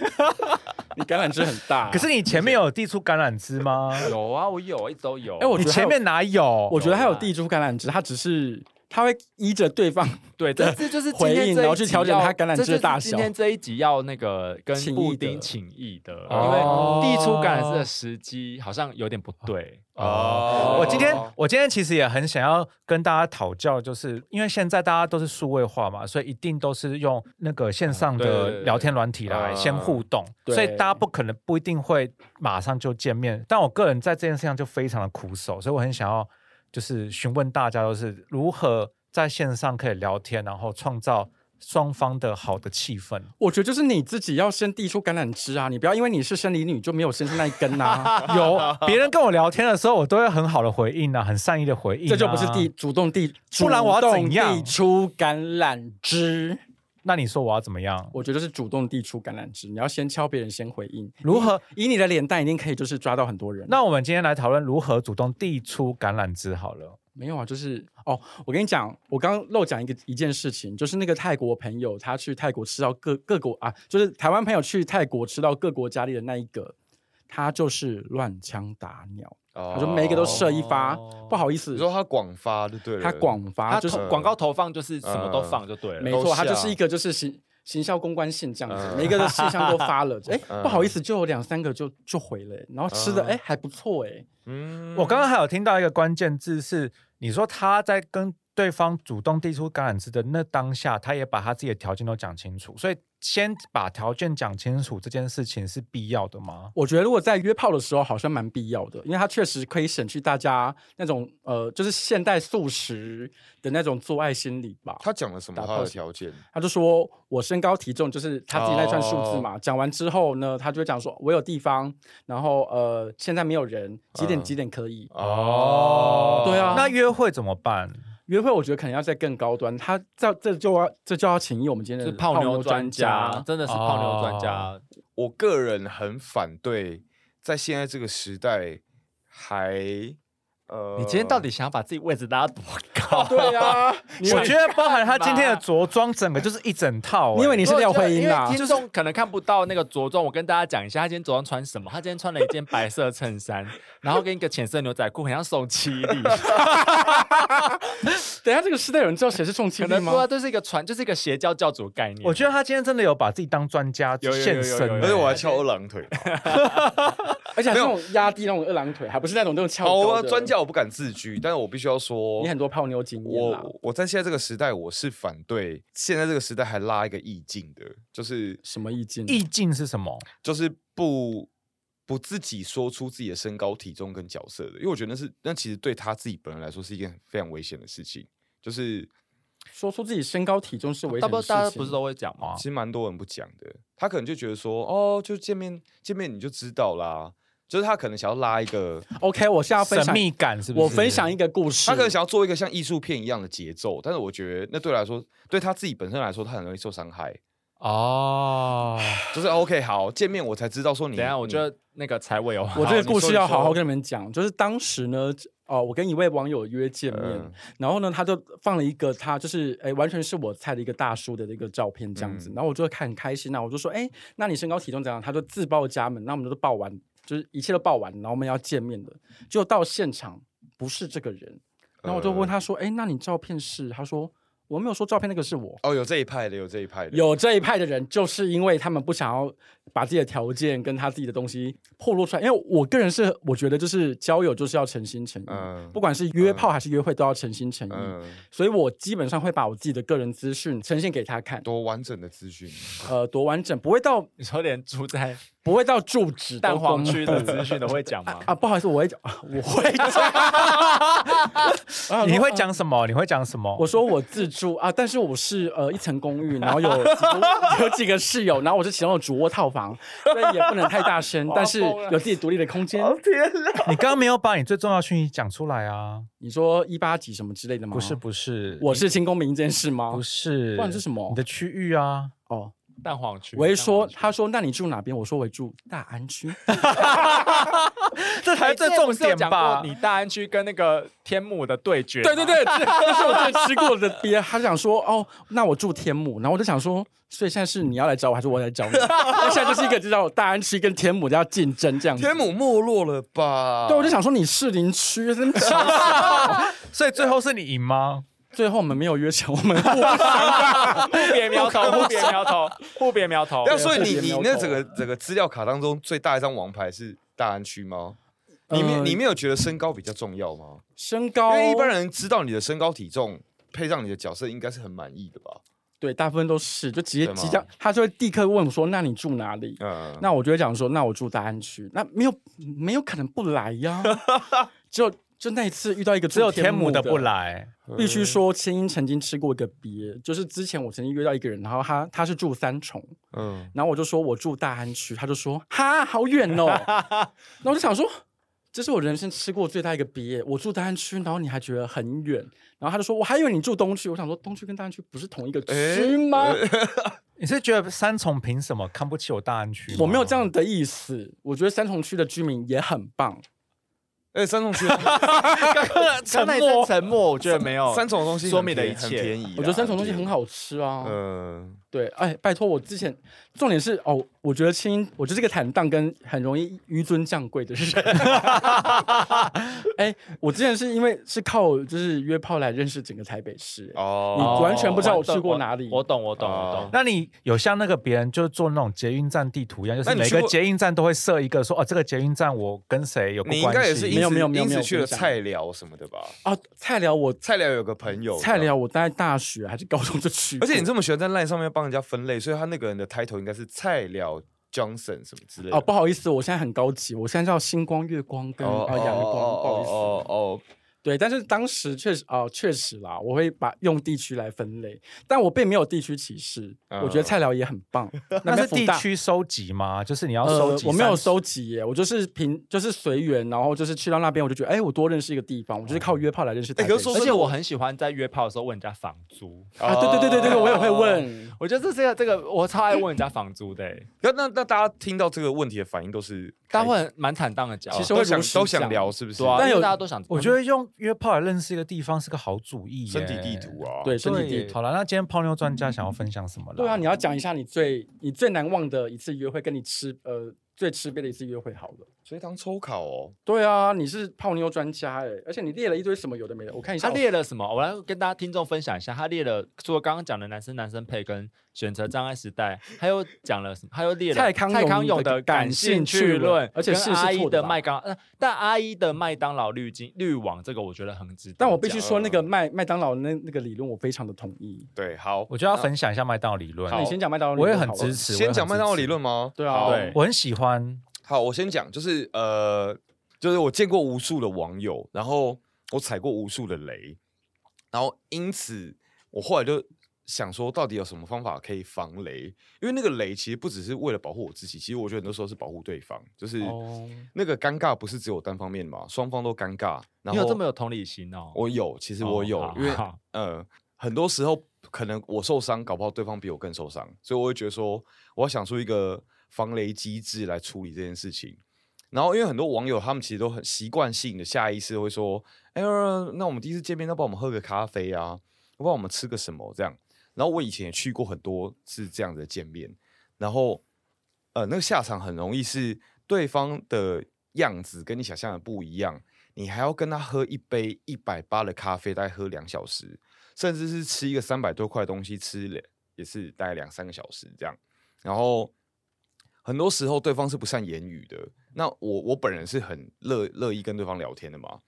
A: 你橄榄枝很大，啊
E: 可是你前面有递出橄榄枝吗？
B: 有啊，我有，一直都有。
A: 哎我
E: 你
A: 觉得还
E: 前
A: 有
E: 面哪有？
A: 我觉得他有
B: 有啦
A: 递出橄榄枝，他只是他会依着对方
B: 对， <laughs> 这这就是今
A: 回
B: 天
A: 应
B: 这一
A: 然后去
B: 集
A: 调整
B: 要
A: 它橄榄
B: 这
A: 枝的
B: 就是
A: 大
B: 今
A: 小
B: 天这一集要那个跟
A: 请
B: 布
A: 益的
B: 丁请益的，因为
E: 哦
B: 递出橄榄枝的时机好像有点不对。
C: 哦
E: 我今天我今天其实也很想要跟大家讨教，就是因为现在大家都是数位化嘛，所以一定都是用那个线上
B: 对对
E: 的
B: 对
E: 聊天软体来
C: 嗯
E: 先互动，
A: 对
E: 所以大家不可能不一定会马上就见面。但我个人在这件事上就非常的苦手，所以我很想要就是询问大家，就是如何在线上可以聊天，然后创造双方的好的气氛。
A: 我觉得就是你自己要先递出橄榄枝啊，你不要因为你是生理女就没有伸出那一根
E: <laughs>
A: 啊，
E: 有别人跟我聊天的时候，我都会很好的回应啊，很善意的回应、
A: 这就不是递。主动递，
E: 不然我要
A: 主动
E: 怎样
A: 递出橄榄枝，
E: 那你说我要怎么样？
A: 我觉得是主动递出橄榄枝，你要先敲别人，先回应。
E: 如何
A: 以你的脸蛋，一定可以就是抓到很多人。
E: 那我们今天来讨论如何主动递出橄榄枝好了。
A: 没有啊，就是哦，我跟你讲，我刚刚漏讲一个一件事情，就是那个泰国朋友，他去泰国吃到各各国啊，就是台湾朋友去泰国吃到各国佳丽的那一个，他就是乱枪打鸟，
C: 我
A: 他说每一个都射一发，
B: 哦
A: 不好意思
C: 呃哦你，说他广发就对了，
A: 他广发
B: 它
A: 就是
B: 投广告投放就是什么都放就对了
A: 没。
C: 都
A: 错，他
C: 下
A: 就是一个就是行行销公关信这样子，
C: 嗯
A: 每一个的信箱都发
C: <laughs>
A: 了，哎，
C: 嗯
A: 不好意思，就有两三个就就回了，然后吃的
C: 嗯
A: 哎还不错哎，
C: 嗯
E: 我刚刚还有听到一个关键字是，你说他在跟对方主动递出橄榄枝的那当下，他也把他自己的条件都讲清楚，所以先把条件讲清楚这件事情是必要的吗？
A: 我觉得如果在约炮的时候，好像蛮必要的，因为它确实可以省去大家那种呃，就是现代素食的那种做爱心理吧。
C: 他讲了什么
A: 打
C: 他
A: 炮
C: 的
A: 是
C: 条件？
A: 他就说我身高体重就是他自己那串数字
C: 哦
A: 嘛。讲完之后呢，他就会讲说我有地方，然后呃现在没有人，几点
C: 嗯
A: 几点可以。
C: 哦
A: 对啊
E: 那约会怎么办？
A: 约会我觉得可能要在更高端，他这这就要这就要请益我们今天
B: 就
A: 的
B: 是泡妞专家哦
A: 家，。
B: 真的是泡妞专家。
C: 我个人很反对，在现在这个时代还呃，
B: 你今天到底想要把自己位置拉多高？
A: 对啊，你以
E: 我
A: 为
E: 觉得包含他今天的着装，整个就是一整套、欸。
A: 你以为你是廖慧
B: 因
A: 英啊
B: 为？听众可能看不到那个着装，我跟大家讲一下，他今天着装穿什么？他今天穿了一件白色
A: <laughs>
B: 衬衫，然后跟一个浅色牛仔裤，很像宋七力。
A: 等一下这个时代有人知道谁是宋庆
B: 可
A: 龄
B: 能
A: 吗
B: 不知？道，这是一个传，就是一个邪教教主的概念。
E: 我觉得他今天真的有把自己当专家
B: 有有有有
E: 现身
B: 有
E: 欸，
C: 而且我还翘二郎腿，
A: 而且还是那种压低那种二郎腿，还不是那种那种翘
C: 好，
A: 高
C: 我
A: 的
C: 哦专家我不敢自居，但是我必须要说
A: 你，很多泡妞经验啦。
C: 我我在现在这个时代，我是反对现在这个时代还拉一个意境的，就是
A: 什么意见？
E: 意境是什么？
C: 就是不不自己说出自己的身高、体重跟角色的，因为我觉得那是那其实对他自己本人来说是一件非常危险的事情，就是
A: 说出自己身高体重是危
B: 大
A: 险
B: 不
A: 的事情。
B: 大家不是都会讲吗
C: 其？实蛮多人不讲的，他可能就觉得说哦，就见面见面你就知道啦，就是他可能想要拉一个，
A: OK？我现在要分
E: 神
A: 享，
E: 秘感是不是？
A: 我分享一个故事。
C: 他可能想要做一个像艺术片一样的节奏，但是我觉得那对来说，对他自己本身来说，他很容易受伤害。
E: 哦，
C: 就是 OK，好，见面我才知道说你。
B: 等一下，我觉
C: 你
B: 得那个财位有话，
A: 我这个故事要好好
B: 哦你说。
A: 跟你们讲，就是当时呢，哦，我跟一位网友约见面，
C: 嗯
A: 然后呢，他就放了一个他就是哎，完全是我菜的一个大叔的那个照片这样子，
C: 嗯
A: 然后我就看很开心啊，我就说，哎，那你身高体重怎样？他就自报家门，那我们就报完，就是一切都报完，然后我们要见面的，
B: 嗯
A: 就到现场不是这个人，然后我就问他说，哎，那你照片是？他说。我没有说照片那个是我。
C: 哦，有这一派的，有这一派的，
A: 有这一派的人，就是因为他们不想要把自己的条件跟他自己的东西暴露出来。因为我个人是，我觉得就是交友就是要诚心诚意，
C: 嗯
A: 不管是约炮还是约会，都要诚心诚意。
C: 嗯，
A: 所以我基本上会把我自己的个人资讯呈现给他看，
C: 多完整的资讯，
A: 呃，多完整，不会到
D: 你说连住在
A: 不会到住址
D: 蛋黄
A: 区
D: 区的资讯都会讲
A: <laughs>
D: 吗？
A: 啊，不好意思，我会讲，啊我会讲，啊
E: 你会讲什么？你会讲什么？
A: 我说我自住啊，但是我是呃一层公寓，然后有几个 <laughs> 有几个室友，然后我是其中的主卧套房，所以也不能太
D: <laughs>
A: 大声，但是有自己独立的空间。
E: 你刚刚没有把你最重要的讯息讲出来啊！
A: 你说一八几什么之类的吗？
E: 不是，不是，
A: 我是清公民这件事吗
E: 不？是，
A: 不然是什么
E: 你的区域啊，
A: 哦，
D: 蛋黄区，
A: 我一
D: 蛋
A: 说，
D: 黄区
A: 他说那你住哪边？我说我住大安区。
E: <laughs>
A: <laughs>
E: 这才是
B: 哎
E: 最重点吧？
D: 你大安区跟那个天母的对决，
A: 对对，对，这这是我最吃过的鳖。他想说，哦，那我住天母，然后我就想说，所以现在是你要来找我，还是我来找你？ <laughs> 那现在就是一个知道大安区跟天母要竞争这样子。
C: 天母没落了吧？
A: 嗯对，我就想说你士林区，真的是
E: 所以最后是你赢吗？
A: <laughs> 最后我们没有约成，我们互相
D: 互别苗
A: <laughs>
D: 头，互别苗头，互别苗头
C: 对。啊，所以
A: 对
C: 你
A: 特别苗头
C: 你那整个整个资料卡当中最大一张王牌是大安区吗？你
A: 呃
C: 们你没有觉得身高比较重要吗？
A: 身
C: 因
A: 高，
C: 为一般人知道你的身高体重，配上你的角色，应该是很满意的吧？
A: 对大部分都是就直接
C: 对吗
A: 即将，他就会立刻问我说：“那你住哪里？”
C: 嗯，
A: 那我就会讲说：“那我住大安区。”那没有没有可能不来
E: <laughs>
A: 呀，就就那一次遇到一个
E: 只有
A: 住
E: 天
A: 母
E: 母的不来，
A: 必须说，千英曾经吃过一个鳖，就是之前我曾经约到一个人，然后他他是住三重，
C: 嗯，
A: 然后我就说我住大安区，他就说哈好远
E: <laughs>
A: 哦，然后我就想说。这是我人生吃过最大一个鳖，我住大安区，然后你还觉得很远，然后他就说我还以为你住东区，我想说东区跟大安区不是同一个区吗？
E: 你是觉得三重凭什么看不起我大安区吗？
A: 我没有这样的意思，我觉得三重区的居民也很棒，
C: 哎，三
A: <laughs>
C: 重区
D: 沉默，沉默，我觉得没有
C: 三重的东西
D: 说
C: 很
D: 明了
C: 便
D: 一
C: 宜很
D: 切
C: 便宜啊啦，
A: 我觉得三重东西
C: 很
A: 很
C: 便宜。
A: 好吃啊。
C: 嗯，
A: 对，哎，拜托，我之前重点是哦，我觉得青，我就是个坦荡跟很容易纡尊降贵的人。哎，我之前是因为是靠就是约炮来认识整个台北市，哎
C: 哦，
A: 你完全不知道我去过哪里
D: 我懂，我懂，我
C: 哦
D: 懂。
E: 那你有像那个别人就是做那种捷运站地图一样，就
C: 那
E: 是
C: 你
E: 每
C: 去
E: 个
C: 过
E: 捷运站都会设一个说哦，这个捷运站我跟谁有过
C: 你应
E: 关
C: 该也
E: 系
C: 是
A: 没有没有没有
C: 因
A: 没有
C: 此去了
A: 我跟你讲
C: 菜聊什么的吧？
A: 啊，菜聊我
C: 菜聊有个朋友，
A: 菜聊，我大概大学还是高中就去过，
C: 而且你这么喜欢在 LINE 上面帮人家分类，所以他那个人的 title 应该是菜聊 Johnson 什么之类的。
A: 哦，不好意思，我现在很高级，我现在叫星光、月光跟啊阳光，不好意思。
C: 哦哦，
A: 对，但是当时确实哦，确实啦，我会把用地区来分类，但我并没有地区歧视。我觉得菜聊也很 <laughs> 棒，
E: 那
A: 边
E: 是
A: 福
E: 地
A: 大
E: 区收集吗？就是你要收
A: 呃，
E: 集、
A: 我没有，收集耶，我就是凭就是随缘，然后就是去到那边，我就觉得哎，我多认识一个地方，我啊就是靠约炮来认识台
C: 哎
A: 北
C: 可
A: 市。
C: 是说
D: 而且我很喜欢在约炮的时候问人家房租，
A: 啊，对对对对对对，我也会问。
D: 我觉得这是个这个我超爱问人家房租的欸，
C: 那那那大家听到这个问题的反应都是开，
D: <laughs> 大家会蛮坦荡的讲，
A: 其实
C: 都
A: 会
C: 想
A: 如实
C: 都想
A: 讲
C: 聊，是不是？
D: 对啊，
A: 但
D: 因
A: 有
D: 为大家都想，
E: 我觉得用约炮来认识一个地方是个好主意耶，
C: 身体地图啊，
A: 哦对，身体
E: 对
A: 地图。
E: 好了，那今天泡妞专家想要分享什么了？
A: 对啊，你要讲一下你最你最难忘的一次约会，跟你吃呃最吃瘪的一次约会好了。
C: 所以当抽考哦，
A: 对啊，你是泡妞专家哎，而且你列了一堆什么有的没的，我看一下。
D: 他列了什么？我来跟大家听众分享一下，他列了除了刚刚讲的男生男生配跟选择障碍时代，他又讲了什么？ <laughs> 他又列了
A: 蔡康永
D: 蔡康永
A: 的
D: 的
A: 感
D: 感兴
A: 兴
D: 趣
A: 趣
D: 论
A: 论，而且
D: 跟
A: 是是
D: 阿姨
A: 错的
D: 的
A: 吧
D: 麦当，呃但阿姨的麦当劳滤镜滤网这个我觉得很值得。
A: 但我必须
C: 讲
A: 说，那个
C: 了
A: 麦麦当劳那那个理论，我非常的同意。
C: 对，好，
E: 我就要分享一下麦当劳理论
A: 那，你先讲麦当劳理
E: 我
A: 论
E: 也
A: 好
E: 很
A: 了，
E: 支持。我也
C: 先
E: 很
C: 讲麦当劳
E: 支持
C: 理，论吗？
A: 对啊
C: 好
D: 对
E: 我很喜欢。
C: 好，我先讲，就是呃，就是我见过无数的网友，然后我踩过无数的雷，然后因此我后来就想说，到底有什么方法可以防雷？因为那个雷其实不只是为了保护我自己，其实我觉得很多时候是保护对方，就是
A: 哦
C: 那个尴尬不是只有单方面嘛，双方都尴尬。然
D: 你
C: 后
D: 有这么有同理心哦？
C: 我有，其实
D: 哦
C: 我有，
D: 好
C: 因为
D: 好
C: 呃，很多时候可能我受伤，搞不好对方比我更受伤，所以我会觉得说，我要想出一个防雷机制来处理这件事情。然后，因为很多网友他们其实都很习惯性的下意识会说：“哎、呦，那我们第一次见面，要不然我们喝个咖啡啊，要不然我们吃个什么这样。”然后我以前也去过很多次这样子的见面，然后呃，那个下场很容易是对方的样子跟你想象的不一样，你还要跟他喝一杯一百八的咖啡，大概喝两小时，甚至是吃一个三百多块的东西，吃了也是大概两三个小时这样。然后很多时候对方是不善言语的，那我我本人是很乐乐意跟对方聊天的嘛，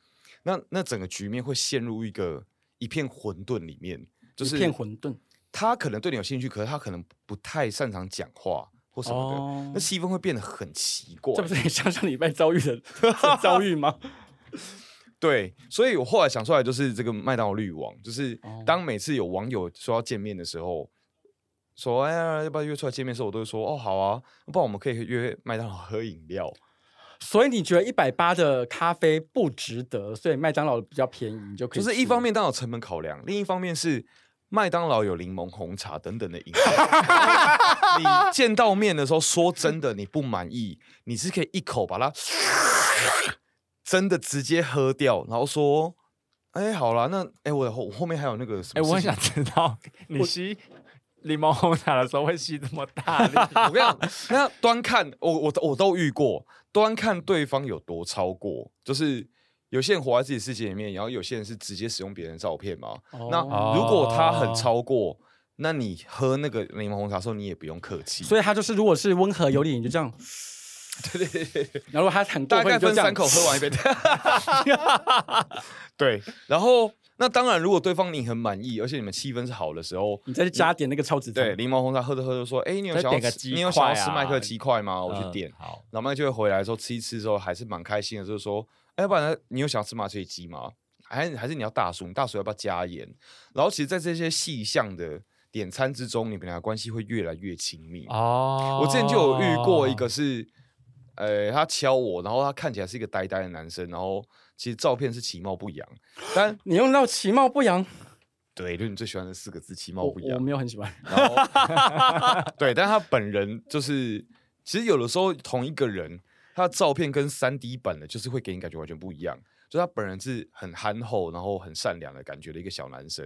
C: 那那整个局面会陷入一个一片混沌里面，就
A: 一
C: 是
A: 片混沌
C: 他可能对你有兴趣，可是他可能不太擅长讲话或什么的，
A: 哦
C: 那气氛会变得很奇怪。
A: 这不是你上上礼拜遭遇
C: <laughs>
A: 的遭遇吗？
C: 对，所以我后来想出来就是这个麦当劳滤网，就是
A: 哦
C: 当每次有网友说要见面的时候，说哎呀要不要约出来见面的时候，我都会说哦好啊，不然我们可以约麦当劳喝饮料。
A: 所以你觉得一百八的咖啡不值得，所以麦当劳比较便宜，你就可
C: 就
A: 以吃。
C: 是一方面当然有成本考量，另一方面是麦当劳有柠檬红茶等等的饮料。 <laughs> 你见到面的时候，说真的你不满意，你是可以一口把它 <laughs> 真的直接喝掉，然后说。哎、好啦，那哎、我后我后面还有那个
B: 哎、
C: 什么事情？，
B: 我很想 <laughs> 知道你吸柠檬红茶的时候会吸这么大力
C: <laughs> 我跟你讲，那端看我我都我都遇过，端看对方有多超过，就是有些人活在自己世界里面，然后有些人是直接使用别人的照片嘛。
A: 哦
C: 那如果他很超过，那你喝那个柠檬红茶的时候，你也不用客气。
A: 所以他就是，如果是温和有理，你就
C: <laughs>
A: 这样。对对对。然后如果他很过
C: 大
A: 分，
C: 概
A: 你就
C: 分
A: 这样
C: 三口喝完一杯。 <laughs> 对，然后那当然，如果对方你很满意，而且你们气氛是好的时候，
A: 你再去加点那个超值餐
C: 嗯对，柠檬红茶喝着喝着说：“哎、你有
B: 再
C: 想要
B: 点个
C: 吃
B: 鸡
C: 你有想要
B: 块
C: 吃麦
B: 啊
C: 克鸡块吗？”我去
B: 嗯
C: 点，
B: 好，
C: 老麦就会回来说吃一吃之后还是蛮开心的，就是说，哎，要不然你有想要吃麻醉鸡吗？还是还是你要大薯？你大薯要不要加盐？然后其实，在这些细项的点餐之中，你们俩的关系会越来越亲密。
D: 哦
C: 我之前就有遇过一个是，呃，他敲我，然后他看起来是一个呆呆的男生，然后其实照片是其貌不扬，但
A: 你用到其貌不扬，
C: 对，就是你最喜欢的四个字“其貌
A: 我
C: 不
A: 我
C: 扬”。
A: 没有很喜欢。
C: 然后 <laughs> 对，但他本人就是，其实有的时候同一个人，他的照片跟三 D 版的，就是会给你感觉完全不一样。就他本人是很憨厚，然后很善良的感觉的一个小男生，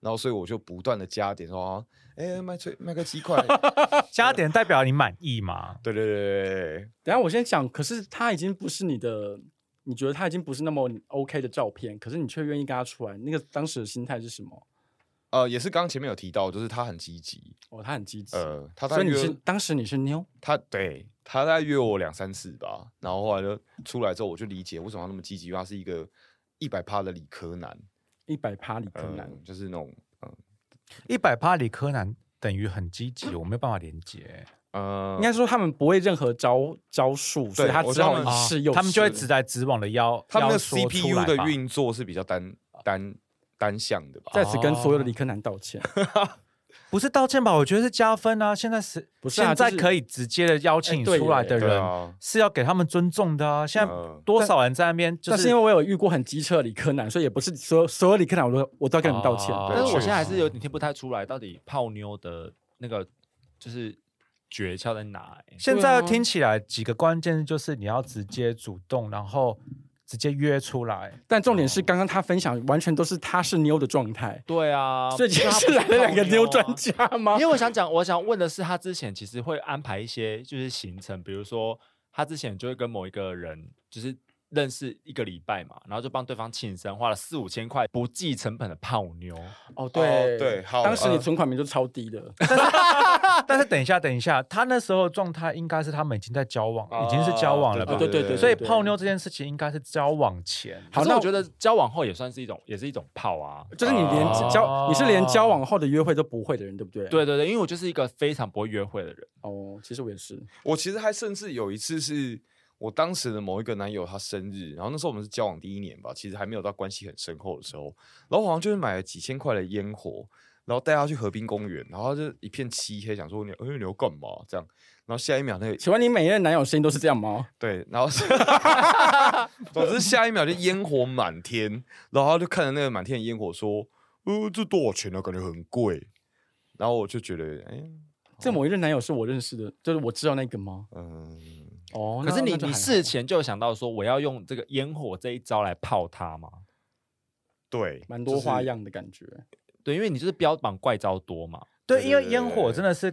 C: 然后所以我就不断的加点说，啊哎、卖脆卖个鸡块，
E: 加点代表你满意嘛？
C: 对对对对对
A: 等一下我先讲，可是他已经不是你的，你觉得他已经不是那么 OK 的照片，可是你却愿意跟他出来，那个当时的心态是什么？
C: 呃，也是刚刚前面有提到，就是他很积极，
A: 哦，他很积极。
C: 呃，他大
A: 所以你
C: 约
A: 是当时你是妞，
C: 他对他大概约我两三次吧，然后后来就出来之后，我就理解为什么他那么积极，因为他是一个一百趴的理科男，
A: 一百趴理
C: 呃
A: 科男，
C: 就是那种
E: 一百趴理科男等于很积极，我没有办法连接，
C: 呃
A: 应该说他们不会任何招招数，所以
C: 对
A: 他
C: 我
A: 只
C: 知道
A: 好
C: 他
A: 一
C: 们
A: 试又试。
E: 哦他们就会直来直往的邀，
C: 他们
E: 邀
C: 的
E: 说出
C: CPU
E: 来
C: 的
E: 吧
C: 运作是比较单单单向的吧？
A: 在此跟所
E: 哦
A: 有的理科男道歉。
E: 不是道歉吧？我觉得是加分啊！现在是，
A: 不是啊
E: 现在
A: 就是
E: 可以直接的邀请
A: 哎
E: 你
A: 对
E: 出来
A: 耶
E: 的
C: 对
E: 人、
C: 啊
E: 是要给他们尊重的啊！现在
C: 嗯
E: 多少人在那边就
A: 但是因为我有遇过很机车的理科男，所以也不是所有所有理科男我都我都要跟你们道歉。
E: 哦
B: 但是我
C: 确
B: 现在还是有点听不太出来，到底泡妞的那个就是诀窍在哪、欸？
E: 现
A: 对
E: 在
A: 啊
E: 听起来几个关键就是你要直接主动，然后直接约出来。
A: 但重
E: 哦
A: 点是，刚刚他分享完全都是他是妞的状态，
B: 对啊，
A: 所以今天
B: 就他
A: 是
B: 不
A: 来了两个
B: 泡
A: 妞
B: 啊
A: 专家吗
B: 因？为我想讲，我想问的是，他之前其实会安排一些就是行程，比如说他之前就会跟某一个人就是认识一个礼拜嘛，然后就帮对方庆生，花了四五千块不计成本的泡妞。
A: 哦，嗯
C: 哦对好
A: 当时你
C: 呃
A: 存款名就超低的，
E: 但是等一下，等一下，他那时候状态应该是他们已经在交往，已经是交
C: 哦
E: 往了吧？
A: 对对对
E: 所以泡�妞这件事情应该是交往前。
A: 好
B: 好，
A: 那
B: 那我
A: 我
B: 觉得交往后也算是一种，也是一种泡啊。
A: 就是你连
E: 哦
A: 交你是连交往后的约会都不会的人，对不对？
B: 对对对，因为我就是一个非常不会约会的人，
A: 哦，其实我也是，
C: 我其实还甚至有一次是我当时的某一个男友他生日，然后那时候我们是交往第一年吧，其实还没有到关系很深厚的时候，然后我好像就是买了几千块的烟火，然后带他去河滨公园，然后他就一片漆黑，想说你哎你要干嘛这样，然后下一秒那个
A: 请问你每一任男友声音都是这样吗？
C: 对，然后 <laughs> 总之下一秒就烟火满天，然后他就看着那个满天的烟火说：“呃，这多少钱啊？感觉很贵。”然后我就觉得，哎，
A: 这某一任男友是我认识的，就是我知道那个吗？
C: 嗯，
A: 哦，
B: 可是
A: 那
B: 你
A: 那就
B: 你
A: 还好
B: 事前就有想到说我要用这个烟火这一招来泡他吗？
C: 对，
A: 蛮多
C: 就是
A: 花样的感觉，
B: 对，因为你就是标榜怪招多嘛。
E: 对，
C: 对
E: 因为
C: 对对
E: 烟火
C: 对
E: 真的是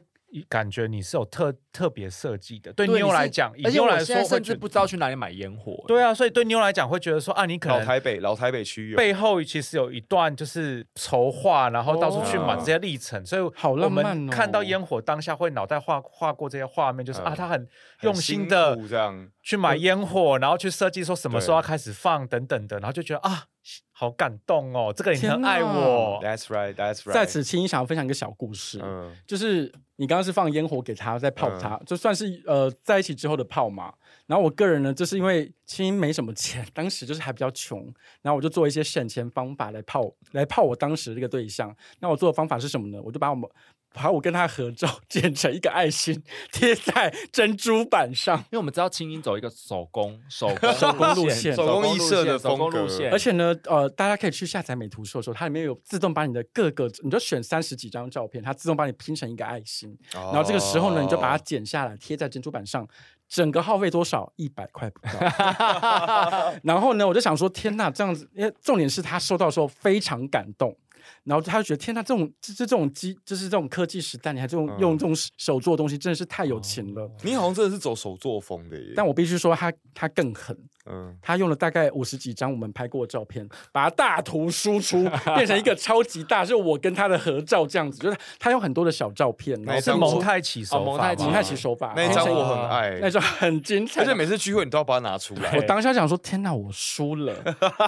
E: 感觉你是有特特别设计的。对
B: 对
E: 妞
B: 你是
E: 来讲，以
B: 而且
E: 妞
B: 我
E: 来
B: 现
E: 说
B: 在
E: 会
B: 甚至
E: 觉得
B: 不知道去哪里买烟火。
E: 对啊，所以对妞来讲会觉得说啊，你可
C: 老
E: 能
C: 台北老台北区有，
E: 背后其实有一段就是筹划，然后到处去买
C: 哦
E: 这些历程，所以
A: 好
E: 我
A: 浪漫哦
E: 们看到烟火当下会脑袋画画过这些画面，就是
C: 嗯
E: 啊，
B: 哦
E: 他很
C: 很
E: 用心的
C: 辛苦这样，
E: 去买烟火，然后去设计说什么时候
C: 对
E: 要开始放等等的，然后就觉得啊，好感动哦，这个你
A: 天
E: 很爱
A: 哪
E: 我，
C: That's right, that's right。
A: 在此，轻易想要分享一个小故事，
C: 嗯，
A: 就是你刚刚是放烟火给他，在泡他，就算是呃在一起之后的泡嘛。然后我个人呢，就是因为其实没什么钱，当时就是还比较穷，然后我就做一些省钱方法来泡 <laughs> 来泡我当时这个对象。那我做的方法是什么呢？我就把我们 <laughs> 把我跟他合照 <laughs> 剪成一个爱心，贴在珍珠板上。
B: 因为我们知道青音走一个手工、手工、
A: 手工路线
B: 手工
C: 手工
B: 路
C: 艺社的
B: 线手工
C: 风格
B: 路线，
A: 而且呢，呃，大家可以去下载美图秀秀，它里面有自动把你的各个，你就选三十几张照片，它自动帮你拼成一个爱心。
C: 然
A: 然后这个时候呢，你就
C: 哦
A: 把它剪下来贴在珍珠板上，整个耗费多少？一百块不到。
C: <laughs>
A: <laughs> 然后呢，我就想说，天呐，这样子，因为重点是他收到的时候非常感动，然后他就觉得，天呐，这种这这这种机，就是这种科技时代，你还这种
C: 嗯哦
A: 用这种手做的东西，真的是太有钱了。
C: 你好像真的是走手作风的耶。
A: 但我必须说他，他更狠，
C: 嗯，
A: 他用了大概五十几张我们拍过的照片，把它大图输
C: <laughs>
A: 出，变成一个超级大，是我跟他的合照这样子，就是他用很多的小照片，然
C: 那
A: 后
C: 一
E: 是
C: 张
E: 蒙
C: 我
E: 太奇手法
B: 哦
E: 吗，
B: 蒙太奇
A: 蒙太奇手法，
C: 那一
A: 然后
C: 张
A: 这
C: 我很爱，
A: 那时候很精彩
C: 而。且每次聚会你都要把它拿出来
A: 我。当下想说：“天哪，我输了，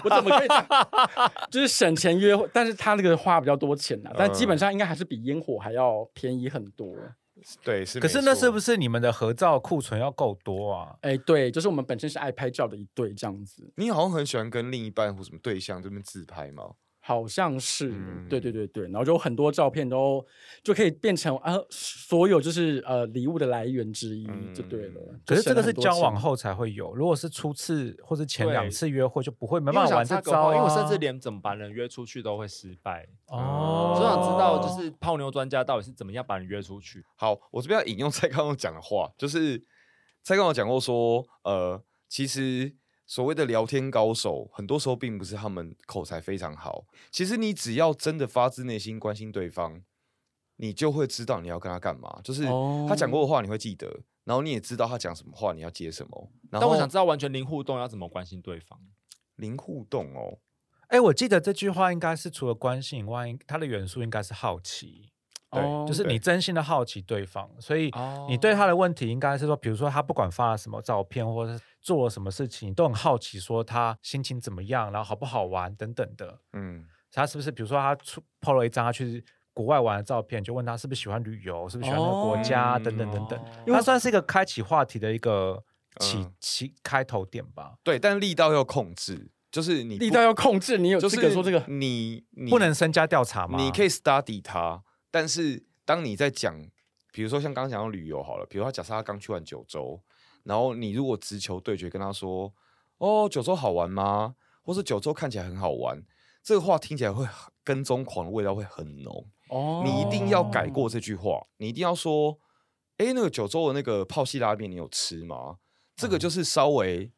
A: 我怎么可以这样？ <laughs> 就是省钱约会，但是他那个花比较多钱啊，
C: 嗯
A: 但基本上应该还是比烟火还要便宜很多。
C: 对，是没错。
E: 可是那是不是你们的合照库存要够多啊？
A: 哎，对，就是我们本身是爱拍照的一对，这样子，
C: 你好像很喜欢跟另一半或什么对象这边自拍吗？
A: 好像是，
C: 嗯
A: 对对对对，然后就有很多照片都就可以变成啊，所有就是呃礼物的来源之一，
C: 嗯
A: 就对了。
E: 可
A: 就省
E: 是这
A: 了
E: 个是
A: 很多钱
E: 交往，后才会有，如果是初次或者前两
B: 对
E: 次约会就不会没
B: 因为
E: 办
B: 我
E: 法
B: 想
E: 玩这
B: 插个
E: 招啊、
B: 话因为我甚至连怎么把人约出去都会失败。
E: 哦，
B: 我想知道，就是泡妞专家到底是怎么样把人约出去？
C: 好，我这边要引用 <laughs> 蔡康永讲的话，就是蔡康永讲过说，呃，其实所谓的聊天高手，很多时候并不是他们口才非常好，其实你只要真的发自内心关心对方，你就会知道你要跟他干嘛，就是
A: 哦
C: 他讲过的话你会记得，然后你也知道他讲什么话，你要接什么。
B: 但
C: 然后
B: 我想知道，完全零互动要怎么关心对方？
C: 零互动哦，
E: 哎、我记得这句话应该是除了关心以外，它的元素应该是好奇，
C: 对
A: 哦
E: 就是你真心的好奇对方，所以
B: 哦
E: 你对他的问题应该是说，比如说他不管发了什么照片，或者是做了什么事情，你都很好奇，说他心情怎么样，然后好不好玩等等的。
C: 嗯，
E: 他是不是比如说他出 PO 了一张他去国外玩的照片，就问他是不是喜欢旅游，是不是喜欢那个国家、
C: 哦
E: 等等等等，
A: 因为
E: 它算是一个开启话题的一个起、
C: 嗯
E: 起开头点吧，
C: 对，但力道要控制，就是你
A: 力
C: 不
A: 道要控制，你有
C: 就
A: 资
C: 是
A: 格说这个
C: 你你
E: 不能身家调查嘛，
C: 你可
E: 以
C: 以 study 他，但是当你在讲，比如说像刚刚讲到旅游好了，比如他假设他刚去完九州，然后你如果直球对决跟他说，哦，九州好玩吗？或是九州看起来很好玩，这个话听起来会很跟踪狂的味道会很浓，
A: 哦
C: 你一定要改过这句话，你一定要说，哎，那个九州的那个泡西拉面你有吃吗？这个就是稍微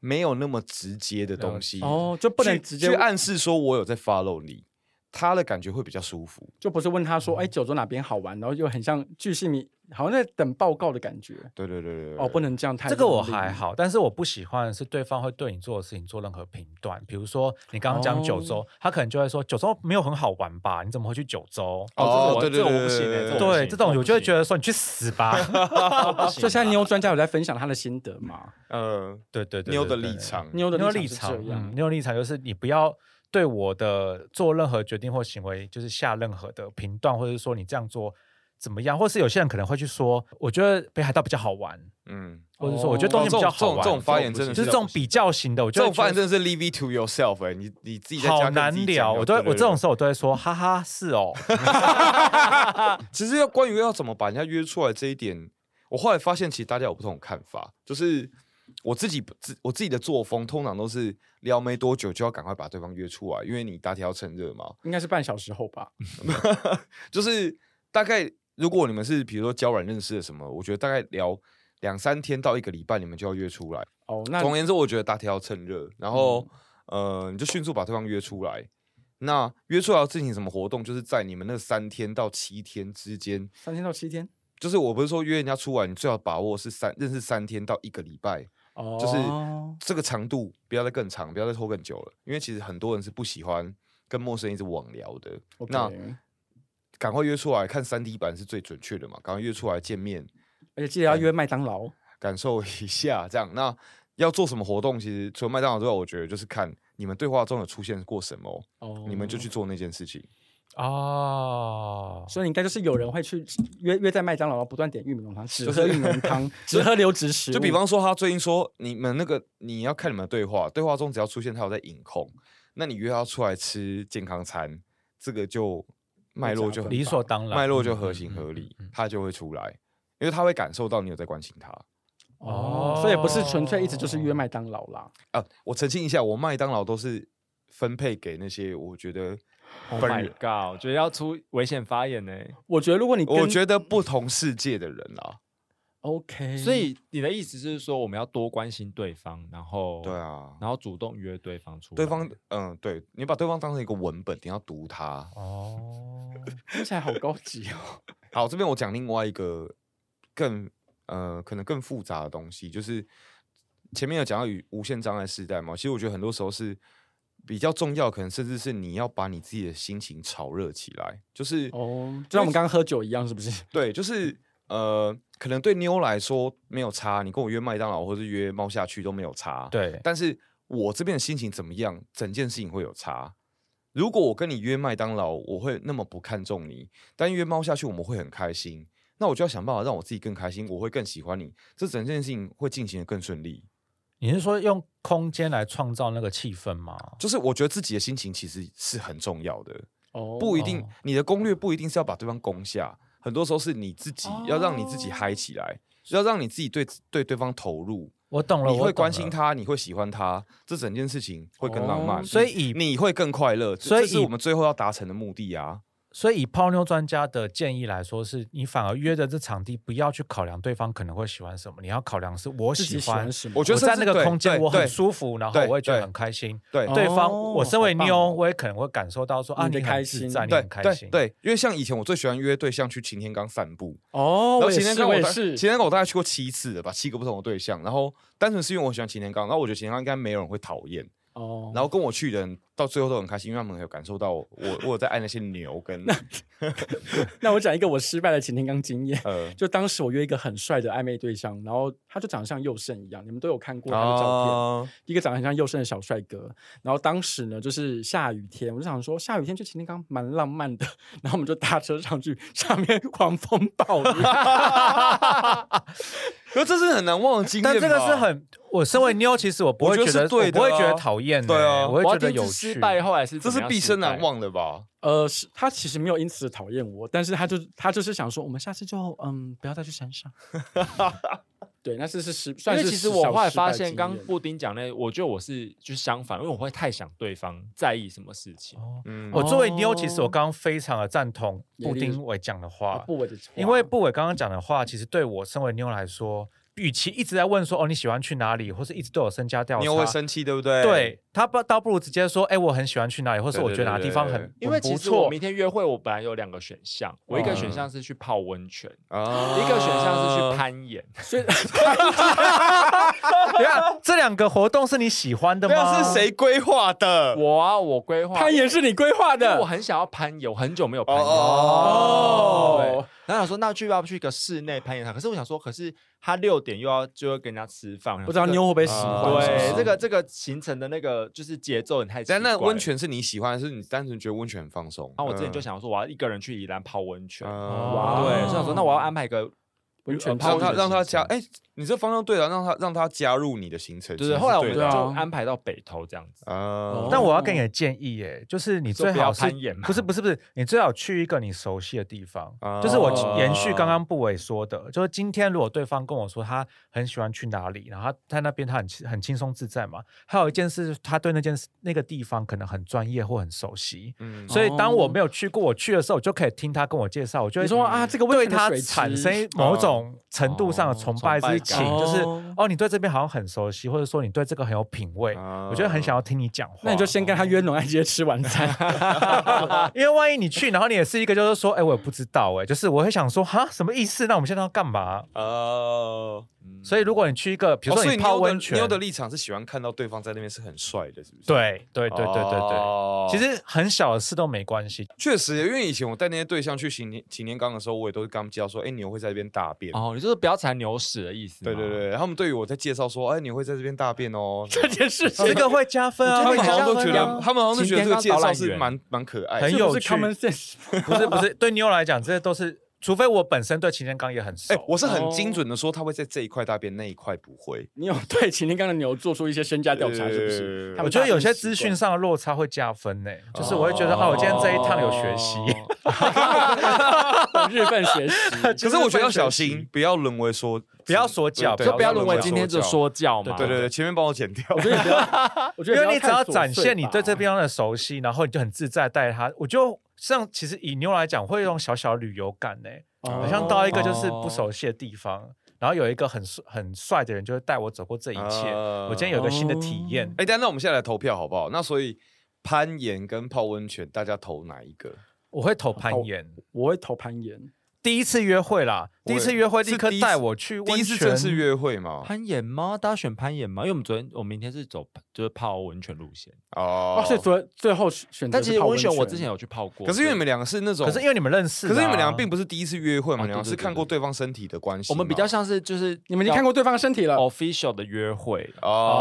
C: 没有那么直接的东西
A: 哦，就不能
C: 去
A: 直接
C: 去暗示说我有在 follow 你，他的感觉会比较舒服。
A: 就不是问他说，哎、九州哪边好玩，然后又很像巨细迷，好像在等报告的感觉。
C: 对对对对对
A: 哦，不能这样太
E: 这个我
A: 用力
E: 还好，但是我不喜欢的是对方会对你做的事情做任何评断，比如说你刚刚讲
A: 哦
E: 九州，他可能就会说九州没有很好玩吧，你怎么会去九州？
C: 哦
B: 哦，
C: 对
B: 这个我这个
C: 对
B: 我
C: 对
B: 不行
C: 对
B: 欸，
C: 对
B: 我不
E: 对，
B: 行
E: 这种
B: 我
E: 我
B: 不
E: 就会
B: 行
E: 觉得说你去死
C: <laughs>
E: 吧。
A: 哦所以现在妞专家有在分享他的心得嘛？
C: 呃
E: 对对对对
C: 妞的
E: 对
C: 立
E: 对
C: 场，
A: 妞的
E: 妞
A: 立
E: 立
A: 场
E: 场
A: 是，这样，
E: 嗯，妞立场就是你不要对我的做任何决定或行为，就是下任何的评断，或者是说你这样做怎么样，或是有些人可能会去说，我觉得北海道比较好玩，
C: 嗯，
E: 或者说我觉得
C: 哦
E: 东西比较好
C: 这种
E: 玩，
C: 这种发言真的
E: 就是
C: 是
E: 这种比较型的，我
C: 这
E: 就会
C: 种发
E: 觉
C: 言
E: 得。
C: 真的是 leave it to yourself，哎、你你自己在家
E: 好
C: 跟
E: 难
C: 自己
E: 聊，
C: 讲
E: 我都会
C: 对
E: 我
C: 对
E: 这种
C: 对
E: 时候我都会说，哈哈，是哦，
C: <laughs> 其实要关于要怎么把人家约出来这一点，我后来发现其实大家有不同的看法，就是我自己自我自己的作风通常都是聊没多久就要赶快把对方约出来，因为你打铁要趁热嘛，
A: 应该是半小时后吧。
C: <laughs> 就是大概如果你们是比如说交软认识的什么，我觉得大概聊两三天到一个礼拜，你们就要约出来。
A: 哦，那嗯
C: 总而言之，我觉得大体要趁热，然后、呃，你就迅速把对方约出来。那约出来要进行什么活动？就是在你们那三天到七天之间，
A: 三天到七天，
C: 就是我不是说约人家出来，你最好把握是三认识三天到一个礼拜，
A: 哦
C: 就是这个长度不要再更长，不要再拖更久了，因为其实很多人是不喜欢跟陌生人一直网聊的。那
A: OK
C: 赶快约出来看三 D 版是最准确的嘛，赶快约出来见面，
A: 而且记得要约麦当劳，
C: 感受一下这样。那要做什么活动？其实除了麦当劳之外，我觉得就是看你们对话中有出现过什么，
A: 哦
C: 你们就去。做那件事情。
E: 哦，
A: 所以应该就是有人会去约约在麦当劳，然后不断点玉米浓汤，只喝玉米浓汤，只喝流质食物。
C: 就比方说，他最近说你们那个，你要看你们的对话，对话中只要出现他有在饮控，那你约他出来吃健康餐，这个就脉络就很
E: 理所
C: 棒
E: 当然，
C: 脉络就
E: 嗯
C: 合情合理，他就会出来，因为他会感受到你有在关心他。
A: 哦，所以不是纯粹一直就是约麦当劳啦。
C: 啊，我澄清一下，我麦当劳都是分配给那些我觉得
B: Oh
C: 本
B: my
C: 人
B: god！我觉得要出危险发言呢、欸
A: 我觉得如果你跟
C: 我觉得不同世界的人啊啦。
A: OK，
B: 所以你的意思是说，我们要多关心对方，然
A: 哦
B: 后
C: 对，啊，
B: 然后主动约对方出来。
C: 对方嗯，对你把对方当成一个文本，你要读它。
E: 哦，
A: 听起来好高级哦。
C: 好，这边我讲另外一个更呃，可能更复杂的东西，就是前面有讲到与无限障碍世代嘛，其实我觉得很多时候是比较重要，可能甚至是你要把你自己的心情炒热起来，就是
A: 哦，就像我们刚刚喝酒一样，是不是？ <laughs>
C: 对，就是呃，可能对妞来说没有差，你跟我约麦当劳或是约猫下去都没有差，
E: 对，
C: 但是我这边的心情怎么样，整件事情会有差。如果我跟你约麦当劳，我会那么不看重你，但约猫下去我们会很开心，那我就要想办法让我自己更开心，我会更喜欢你，这整件事情会进行的更顺利。
E: 你是说用空间来创造那个气氛吗？
C: 就是我觉得自己的心情其实是很重要的，
A: 哦，
C: 不一定、你的攻略不一定是要把对方攻下，很多时候是你自己、要让你自己嗨起来，要让你自己对对对方投入，
E: 我懂了，
C: 你
E: 我
C: 会
E: 懂
C: 关心
E: 了。
C: 他，你会喜欢他，这整件事情会更浪漫，嗯
A: 哦
E: 所以以
C: 你会更快乐，这
E: 所以
C: 这是
E: 以
C: 我们最后要达成的目的啊。
E: 所以以泡妞专家的建议来说，是你反而约的这场地，不要去考量对方可能会喜欢什么，你要考量是我
A: 自己
E: 喜
A: 喜
E: 欢
A: 欢，什么？
C: 我觉得甚
E: 在那
C: 至
E: 个
C: 对
E: 空间
C: 对
E: 我很
C: 对
E: 舒服，然后
C: 对
E: 我会觉得
C: 对
E: 很开心。
C: 对
A: 哦
E: 对方我身为
A: 好棒
E: 妞，
A: 哦
E: 我也可能会感受到说啊，
A: 你的
E: 你
A: 开
E: 很自
A: 心
E: 在，你
C: 对
E: 很开
C: 对
E: 心。，
C: 对，因为像以前我最喜欢约对象去擎天岗散步，
A: 哦，
C: 然后
A: 我也
C: 擎天
A: 是，
C: 岗
A: 我
C: 我
A: 也
C: 大
A: 是
C: 擎。天岗我大概去过七次了吧，七个不同的对象，然后单纯是因为我喜欢擎天岗，然后我觉得擎天岗应该没有人会讨厌，
A: 哦，
C: 然后跟我去的人到最后都很开心，因为他们有感受到我 <laughs> 我我有在爱那些牛跟
A: 那我讲一个我失败的擎天刚经验。
C: 呃
A: 就当时我约一个很帅的暧昧对象，然后他就长得像佑胜一样，你们都有看过他的照片。
C: 啊
A: 一个长得很像佑胜的小帅哥。然后当时呢，就是下雨天，我就想说下雨天去擎天岗蛮浪漫的， <laughs> 然后我们就搭车上去，上面狂风暴雨。
C: 可是这是很难忘的经验吧，
E: 但这个是很，我身为妞，其实我不
C: 我
E: 会
C: 觉
E: 觉
C: 得
E: 得，
C: 是对
E: 不会
C: 的啊
E: 觉得讨厌，欸
C: 对啊
E: 我会
B: 我要
E: 觉得
B: 听
E: 有
B: 是失
E: 趣。
B: 败后来是
C: 这
B: 怎么
C: 是
B: 样
C: 毕
B: 失
C: 生难
B: 败。
C: 忘的吧？
A: 呃，是他其实没有因此讨厌我，但是他就他就是想说，我们下次就嗯不要再去山上。对，那是是失，
B: 因
A: 算
B: 为
A: 是
B: 其实
A: 小
B: 我
A: 失
B: 后来
A: 败
B: 发
A: 经
B: 现，刚
A: 验
B: 布丁讲那，我觉得我是就是相反，因为我会太想对方在意什么事情。
E: 哦
C: 嗯，
E: 我作为妞，
A: 哦
E: 其实我刚刚非常的赞同
A: 也
E: 布
A: 例如
E: 丁伟讲的
A: 啊
E: 话，
A: 不我的话，
E: 因为布伟刚刚讲的话，其实对我身为妞来说，与其一直在问说哦你喜欢去哪里，或是一直对我身家调查，
C: 牛会生气，对不对？
E: 对他不倒不如直接说哎我很喜欢去哪里，或是
C: 对
E: 我
C: 对
E: 觉得
C: 对
E: 哪个地
C: 对
E: 方
C: 对
E: 很
C: 对
E: 很
B: 因为
E: 不
B: 其实我
E: 错
B: 明天约会，我本来有两个选项，我一个选项是去泡温泉，
C: 啊
B: 一个选项是去攀岩。
A: 所以 <laughs>
E: 对啊，这两个活动是你喜欢的吗？
C: 那啊是？谁规划的？
B: <laughs> 我啊，我规划
A: 攀，岩是你规划
B: 因为我
A: 的
B: 很想要攀岩，我很久没有
C: 哦
B: 攀岩。
C: 哦
B: 对，然后想说，那去要不去一个室内攀岩场？可是我想说，可是他六点又要就要跟人家吃饭，
A: 不知道妞会不会喜欢。
C: 啊
A: 是不是
B: 对这个这个行程的那个就是节奏很太奇怪
C: 但
B: 了。
C: 那温泉是你喜欢，还是你单纯觉得温泉很放松？嗯啊
B: 然后我之前就想说，我要一个人去宜兰泡温泉。
C: 哇
B: 对，
A: 哦
B: 所以想说，那我要安排一个
A: 温泉
B: 泡温泉
C: 让他
B: 的
C: 让他
B: 行
C: 加，
B: 程
C: 哎，你这方向对了，让他让他加入你的行程。
B: 对
C: 其
B: 对。
C: 实
B: 后来我们
C: 对
B: 就
C: 的
A: 对啊
B: 安排到北投这样子。
C: 啊
A: 哦
E: 但我要给你的建议，耶，就是你
B: 说
E: 最
B: 不要
E: 好是
B: 攀岩嘛
E: 不是不是不是，你最好去一个你熟悉的地方。
C: 啊
E: 就是我延续刚刚布伟说的，就是今天如果对方跟我说他很喜欢去哪里，然后他在那边他很轻很轻松自在嘛，还有一件事，他对那件事那个地方可能很专业或很熟悉。
C: 嗯
E: 所以当我
A: 哦
E: 没有去过，我去的时候，我就可以听他跟我介绍，我就
A: 你
E: 会
A: 说啊，这个温
E: 对
A: 泉的
E: 他
A: 水
E: 产
A: 池
E: 生某种程度上的崇拜之情，
B: 哦崇
E: 就
A: 拜感
E: 是哦，你对这边好像很熟悉，或者说你对这个很有品味，
C: 啊
E: 我觉得很想要听你讲话。
A: 那你就先跟他约农爱街吃晚餐，
E: 因为万一你去，然后你也是一个就是说，哎、我也不知道、哎，就是我会想说，哈，什么意思？那我们现在要干嘛？
C: 呃，
E: 所以如果你去一个，比如
C: 哦
E: 说
C: 所以
E: 泡
C: 妞的
E: 温泉，
C: 妞的立场是喜欢看到对方在那边是很帅的，是不是？
E: 对对对对对对，
C: 哦
E: 其实很小的事都没关系。
C: 确实，因为以前我带那些对象去擎天擎天岗的时候，我也都是跟他们介绍说，哎、牛会在这边大便。
B: 哦，你就是不要踩牛屎的意思。
C: 对对，对，他们对于我在介绍说，哎、牛会在这边大便
E: <laughs>
C: 哦。
A: 这件事情
E: 这个会加分啊，
C: 他
E: 会
C: 们好
E: 加
C: 像都
E: 分
C: 觉得，
E: 啊。
C: 他们好像都觉得这个介
B: 擎天岗
C: 绍
B: 导览
C: 是
B: 员
C: 蛮蛮可爱的
E: 很
A: 这不
E: 有
A: 是
E: 趣
A: common sense <laughs>
E: 不是不是，对妞来讲，这些都是，除非我本身对秦天刚也很熟。
C: 哎、我是
E: 哦
C: 很精准的说，他会在这一块大便，那一块不会。
A: 你有对秦天刚的牛做出一些身家调查是不是？
C: 呃
A: 他
E: 我
A: 们
E: 觉得有
A: 大
E: 些
A: 便习
E: 资
A: 惯
E: 讯上的落差会加分呢、就是我会觉得，哦，我今天这一趟有学
C: 哦
E: 习，
A: 哦 <laughs> 日本学习，
E: <laughs>
C: 可是我觉得要小心，不要沦为说，
E: 不要说教
C: 对
E: 就
B: 就不要沦为今天就
C: 教
B: 说教嘛。
C: 对对对，前面帮我剪掉。
A: 我觉得你不
E: <laughs>
A: 要，我觉
E: 因
A: 得
E: 为
A: 不
E: 你只
A: 太
E: 要
A: 琐
E: 展
A: 碎
E: 现你
A: 吧
E: 对这，边的熟悉，然后你就很自在带他。我就像其实以妞来讲，会有一种小小旅游感呢、
A: 哦
E: 好像到一个就是不熟悉的地方，
C: 哦
E: 然后有一个很帅很帅的人就会带我走过这一切。
C: 啊
E: 我今天有一个新的体验，
C: 哎、但那我们现在来投票好不好？那所以攀岩跟泡温泉，大家投哪一个？
E: 我会投攀岩。
A: 哦我会投攀岩。
E: 第一次约会啦，
C: 我
E: 第
C: 也
E: 一次约会
C: 是
E: 立刻
C: 第一次
E: 带我去
C: 第一
E: 温
C: 次
E: 泉，
C: 正式约会嘛？
B: 攀岩吗？大家选攀岩吗？因为我们昨天，我们明天是走就是泡温泉路线，
C: 哦
A: 哦，所以昨最后选择
B: 但其实
A: 泡
B: 温泉我之前有去泡过，
C: 可是因为你们两个是那种，
E: 可是因为啊你们认识
C: 可
E: 啦、
C: 是你们两个并不是第一次约会嘛，
B: 啊
C: 你们
B: 对对
C: 是
B: 对
C: 看过
B: 对
C: 对方身体的关系嘛，
B: 我们比较像是就是
A: 你们已经看过对方的身体了，
B: 哦 official 的约会，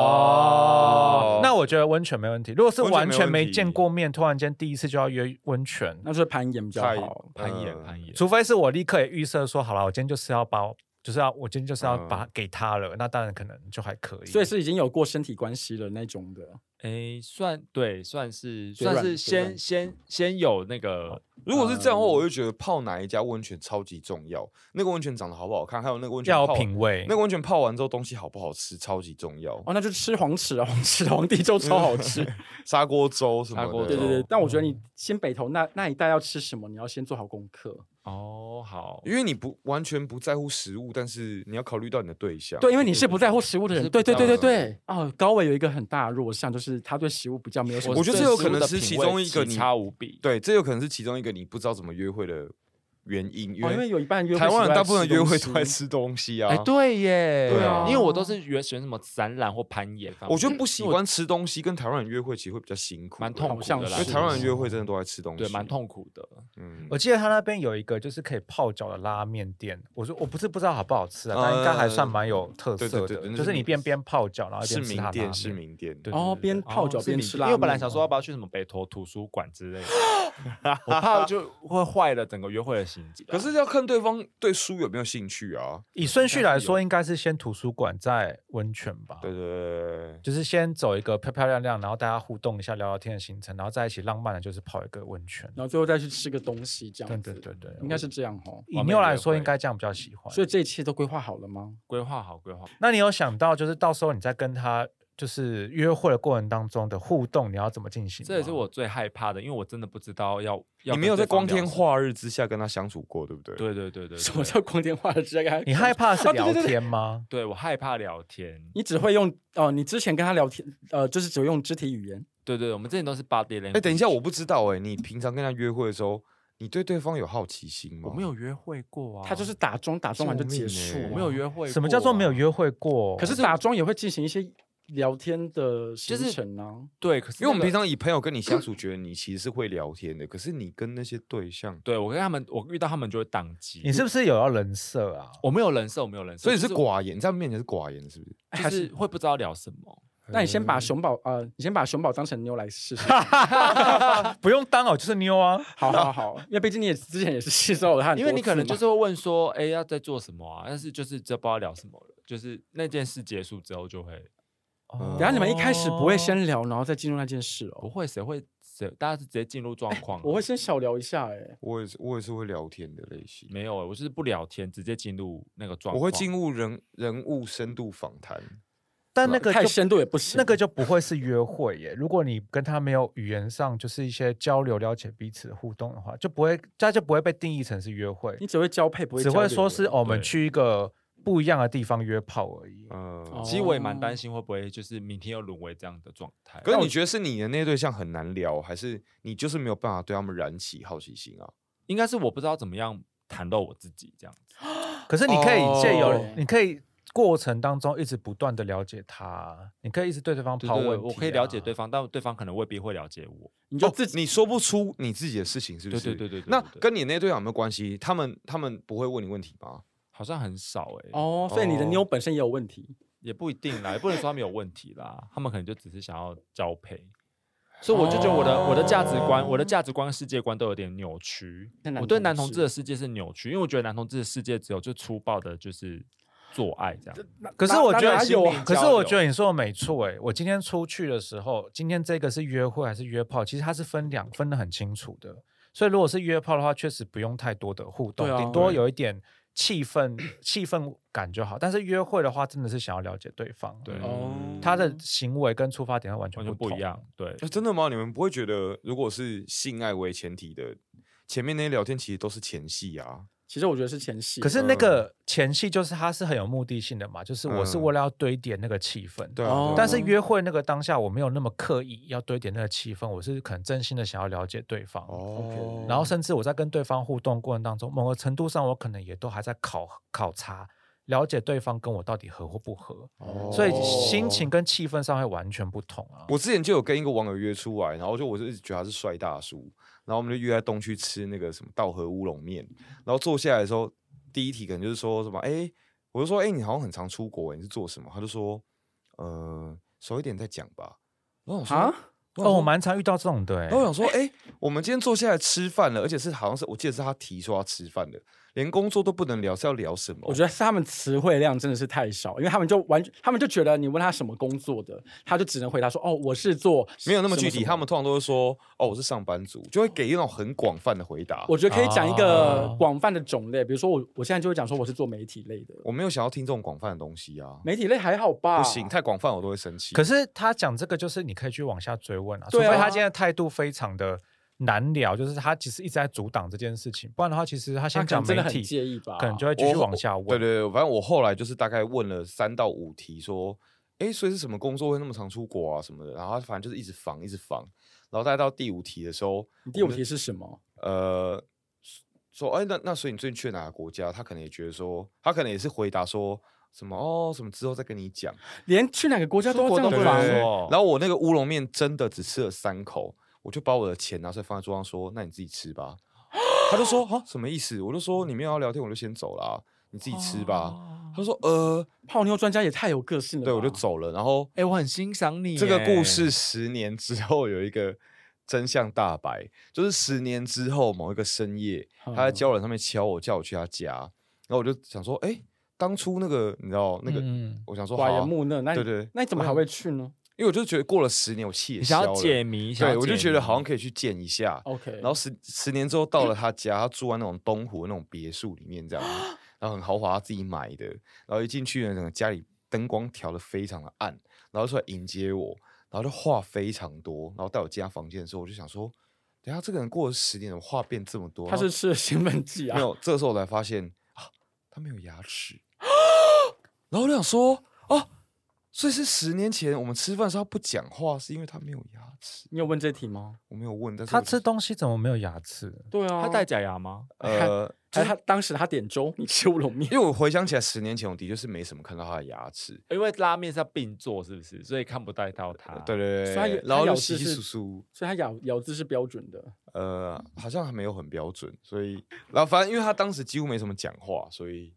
C: 哦。
E: 那我觉得温泉没问题。如果是
C: 温泉
E: 完
C: 没
E: 全
C: 问
E: 没
C: 题
E: 见过面，突然间第一次就要约温泉，
A: 那就是攀岩比较
C: 太
A: 好。
B: 攀岩
C: 嗯
B: 攀岩。
E: 除非是我立刻也预设说好了，我今天就是要把我，就是要我今天就是要
C: 嗯
E: 把它给他了，那当然可能就还可以。
A: 所以是已经有过身体关系了那种的，
B: 诶，算对，算是
A: 嘴软
B: 算是
A: 嘴软
B: 先先先有那个
C: 如果是这样的话，我就觉得泡哪一家温泉超级重要，那个温泉长得好不好看，还有那个温泉
E: 要有
C: 泡
E: 品味。
C: 那个温泉泡完之后东西好不好吃，超级重要。
A: 哦，那就吃黄芪啊，黄芪的皇帝粥超好
B: <laughs>
A: 吃。
C: 砂锅粥什么
B: 砂锅
C: 的，
A: 对对对
B: 哦，
A: 但我觉得你先北投那那一带要吃什么，你要先做好功课。
B: 哦，好，
C: 因为你不完全不在乎食物，但是你要考虑到你的对象。
A: 对，因为你是不在乎食物的人。
B: 是
A: 对
B: 不
A: 对
B: 在
A: 对对
C: 乎
A: 对。哦，高伟有一个很大的弱项，就是他对食物比较没有什么。
C: 我觉得这
B: 对
C: 有
B: 食
C: 可
B: 物
C: 能
B: 的
C: 是
B: 品
C: 其
B: 味
C: 中一个
B: 奇
C: 你
B: 差无比。
C: 对，这有可能是其中一个你不知道怎么约会的原因，因
A: 哦，因为
C: 为
A: 有一半约会
C: 台湾人
A: 习惯
C: 大部分
A: 吃
C: 约会
A: 东
C: 都在
A: 西。
C: 吃东西啊。
B: 哎，对耶，
C: 对啊
B: 因为我都是原选什么展览或攀岩方啊面，
C: 我觉得不喜欢吃东西，跟台湾人约会其实会比较辛苦，
B: 蛮痛
A: 好
B: 苦
A: 像
B: 的
C: 因
B: 啦，
C: 为
A: 是
C: 台湾人约会真的都在吃东西，
B: 对蛮。痛苦的。
C: 嗯，
E: 我记得他那边有一个就是可以泡脚的拉面店，我说我不是不知道好不好吃啊，
C: 呃
E: 但应该还算蛮有特色
C: 对
E: 的，
C: 对对对那
E: 就是
C: 是
E: 你边边泡脚，然后
C: 是
E: 边吃他
C: 名
E: 拉
C: 店，
E: 面。
C: 是名店。
E: 对
A: 哦，边泡脚
B: 哦
A: 边
B: 是
A: 吃
B: 你
A: 拉面。
B: 因为我本来想说要
C: 哦
B: 不要去什么北投图书馆之
C: <laughs>
B: 类的， <laughs> 我怕就会坏了整个约会的啊行程。
C: 可是要看对方对书有没有兴趣啊。
E: 以顺序来说，应该是先图书馆，再温泉
B: 啊
E: 吧。
C: 对对对
E: 就是先走一个漂漂亮亮，然后大家互动一下、聊聊天的行程，然后在一起浪漫的，就是泡一个温泉。
A: 然后最后再去吃个东西，这
E: 对
A: 样子。
E: 对对对，
A: 应该是这样哦。
E: 以
B: 完美
E: 妞
B: 约
E: 来说，
B: 会
E: 应该这样比较喜欢。
A: 所以这一切都规划好了吗？
B: 规划好规划，
E: 那你有想到，就是到时候你在跟他就是约会的过程当中的互动，你要怎么进行吗？
B: 这也是我最害怕的，因为我真的不知道要
C: 对，
B: 要
C: 啊你没有
B: 跟对
C: 在光
B: 方聊
C: 天
B: 什么。
C: 化日之下跟他相处过，对不对？，
B: 对对对
C: <laughs>
B: 对，
A: 什么
B: 对
A: 叫光天化日之下？
E: 你害怕是
A: 啊对
E: 聊
A: 对对对
E: 天吗？
B: 对我害怕聊天，
A: 你只会用哦、你之前跟他聊天，呃，就是只会用肢体语言。
B: 对对，我们之前都是 body language。
C: 哎，等一下，我不知道哎，你平常跟他约会的时候，你对对方有好奇心吗？
B: 我没有约会过啊，
A: 他就是打钟，打钟完就结束
C: 救命
A: 啊。
C: 欸
B: 我没有约会，啊
E: 什么叫做没有？约会过？
A: 可是打钟也会进行一些聊天的行
B: 就是
A: 程啊。
B: 对，可是
C: 因为我们
B: 那个
C: 平常以朋友跟你相处，觉得你其实是会聊天的，可是你跟那些对象，
B: 对我跟他们，我遇到他们就会宕机。
E: 你是不是有要人设啊？
B: 我没有人设，我没有人设，
C: 所以是
B: 就是
C: 寡言，在他们面前是寡言，是不是？
B: 就
A: 还是
B: 是会不知道聊什么。
A: 那你先把熊宝呃，你先把熊宝当成妞来试试。啊
E: 不用当哦，就是妞啊。
A: 好好好，因为毕竟你也之前也是吸收了他很多次嘛，
B: 因为你可能就是会问说，哎、要在做什么啊？但是就是这不知道聊什么了，就是那件事结束之后就会
E: 哦
A: 等下你们一开始不会先聊，然后再进入那件事
B: 不
A: 哦。
B: 会谁会谁，大家是直接进入状况啊、
A: 我会先小聊一下哎、
C: 我也是，我也是会聊天的类型，
B: 没有、我就是不聊天，直接进入那个状况。
C: 我会进入人人物深度访谈。
E: 但那个
A: 太
E: 就
A: 深度也不行。
E: 那个就不会是约会耶。如果你跟他没有语言上就是一些交流、了解彼此的互动的话，就不会，他就不会被定义成是约会
A: 你，只会交配，不会
E: 只
A: 交
E: 会
A: 流
E: 说是
A: 了
E: 哦我们
B: 对
E: 去一个不一样的地方约炮而已。
C: 嗯，
B: 其实我也蛮
A: 哦
B: 担心会不会就是明天又沦为这样的状态。
C: 可是你觉得是你的那对象很难聊，还是你就是没有办法对他们燃起好奇心啊？
B: 应该是我不知道怎么样谈到我自己这样子。
E: 可是你可以借由，
A: 哦
E: 你可以过程当中一直不断的了解他，你可以一直对对方
B: 对
E: 抛
B: 对
E: 问
B: 对
E: 题啊、
B: 我可以了解对方，但对方可能未必会了解我。
A: 你就
C: 就
A: 自
C: 自
A: 己
C: 己、你说不出你自己的事情，是不
B: 对
C: 是？
B: 对对对对，
C: 那
B: 对对
C: 跟你那对象有没有关系？他们他们不会问你问题吗？
B: 好像很少哎、哦，
A: 哦，所以你的
C: 哦
A: 妞本身也有问题。
B: 也不一定啦，也不能说他们有问题啦，他们可能就只是想要交配。所以我就觉得我的、我的价值观、我的价值观、世界观都有点扭曲
A: 哦那。男
B: 我对男
A: 同
B: 同
A: 志
B: 志的世界是扭曲，因为我觉得男同志的世界只有就粗暴的，就是做爱这样。
E: 可是
A: 哪
E: 我
A: 哪
E: 觉
A: 哪
E: 得
A: 有啊
E: 可是我觉得你说的没错哎、我今天出去的时候，今天这个是约会还是约炮，其实它是分两分的很清楚的。所以如果是约炮的话，确实不用太多的互动，
A: 对啊
E: 顶多有一点气氛 <coughs> 气氛感就好。但是约会的话，真的是想要了解对方，嗯
B: 对
A: 哦，
E: 他的行为跟出发点会完全
B: 完全不
E: 同
B: 一。样，对，
C: 呃真的吗？你们不会觉得，如果是性爱为前提的，前面那些聊天其实都是前戏啊？
A: 其实我觉得是前戏。
E: 可是那个前戏就是它是很有目的性的嘛，就是我是
C: 嗯
E: 为了要堆叠那个气氛。
C: 对啊，
A: 哦
E: 但是约会那个当下，我没有那么刻意要堆叠那个气氛，我是可能真心的想要了解对方。
C: 哦
E: 然后甚至我在跟对方互动过程当中，某个程度上，我可能也都还在考考察，了解对方跟我到底合或不合，所以心
C: 哦
E: 情。跟气氛上会完全不同啊。
C: 我之前就有跟一个网友约出来，然后就我就一直觉得他是帅大叔，然后我们就约在东区吃那个什么稻荷乌龙面，然后坐下来的时候，第一题可能就是说什么，哎、我就说，哎、你好像很常出国、你是做什么？他就说，呃，熟一点再讲吧。然后我说，
A: 啊，
C: 然后
E: 哦，我蛮常遇到这种的、欸
C: 然后我，想说，哎、我们今天坐下来吃饭了，而且是好像是我记得是他提说要吃饭的，连工作都不能聊，是要聊什么？
A: 我觉得是他们词汇量真的是太少，因为他们就完全，他们就觉得你问他什么工作的，他就只能回答说哦，我是做
C: 没有那么
A: 什
C: 具
A: 什
C: 体，他们通常都会说，哦，我是上班族，就会给那种很广泛的回答。
A: 我觉得可以讲一个
E: 哦
A: 广泛的种类，比如说我我现在就会讲说我是做媒体类的，
C: 我没有想要听这种广泛的东西啊，
A: 媒体类还好吧？
C: 哦不行，太广泛我都会生气。
E: 可是他讲这个，就是你可以去往下追问啊，除
A: 对
E: 非
A: 啊
E: 他今天的态度非常的难聊，就是他其实一直在阻挡这件事情，不然的话，其实他
A: 他
E: 先
A: 可能
E: 讲
A: 真
E: 媒
A: 的很
E: 体，
A: 介意吧？
E: 可能就会继
C: 我
E: 续往下问。
C: 对对对，反正我后来就是大概问了三到五题，说，哎，所以是什么工作会那么常出国啊什么的？然后他反正就是一直防，一直防。然后大概到第五题的时候，
A: 你第五题是什么？
C: 呃，说，哎，那那所以你最近去了哪个国家？他可能也觉得说，他可能也是回答说什么哦，什么之后再跟你讲。
A: 连去哪个国家都要这
B: 出
A: 样
B: 国都不
A: 吧
B: 能？
C: 对
B: 说哦
C: 然后我那个乌龙面真的只吃了三口，我就把我的钱拿出来放在桌上说：“那你自己吃吧。”他就说：“啊，什么意思？”我就说：“你没有要聊天，我就先走了啊、你自己吃吧。他说：“呃，
A: 泡妞专家也太有个性了吧。
C: 对，我就走了。”然后
B: 哎、我很欣赏你
C: 这个故
B: 耶
C: 事十年之后有一个真相大白，就是十年之后某一个深夜，
A: 嗯
C: 他在交友软上面敲我，叫我去他家，然后我就想说：“哎，当初那个你知道那个，
E: 嗯
C: 我想说，好
A: 寡
C: 啊、
A: 言木讷，那你
C: 对对
A: 那你怎么还会去呢
C: 因为我就觉得过了十年，我气也
B: 你想
C: 消
B: 要
C: 了
B: 解谜，想
C: 对，
B: 要
C: 我就
B: 解
C: 觉得
B: 谜
C: 好像可以去见一下。
A: ？OK，
C: 然后十十年之后到了他家，他住在那种东湖那种别墅里面这样子，然后很豪华，他自己买的。然后一进去呢，整个家里灯光调的非常的暗，然后出来迎接我，然后就话非常多。然后带我进他房间的时候，我就想说，等一下这个人过了十年，怎么话变这么多？
A: 他
C: 然后
A: 是吃了兴奋剂啊
C: 啊没。有，这个时候我才发现啊，他没有牙齿。然后我就想说，啊，所以是十年前我们吃饭的时候他不讲话，是因为他没有牙齿。
A: 你有问这题吗？
C: 我没有问，但是
E: 他
C: 我就
E: 吃东西怎么没有牙齿？
A: 对啊，
B: 他戴假牙吗？
C: 呃，
A: 还是他当时他点粥，你吃乌龙面
C: 因为我回想起来，十年前我的确是没什么看到他的牙齿。
B: 因为拉面是要并坐，是不是？所以看不带到他。
C: 对对
A: 所以他
C: 对
A: 有
C: 对，然后
A: 他咬
C: 就
A: 字
C: 稀稀
A: 是
C: 疏疏，
A: 所以他咬咬字是标准的。
C: 呃，好像还没有很标准，所以，然后反正因为他当时几乎没什么讲话，所以，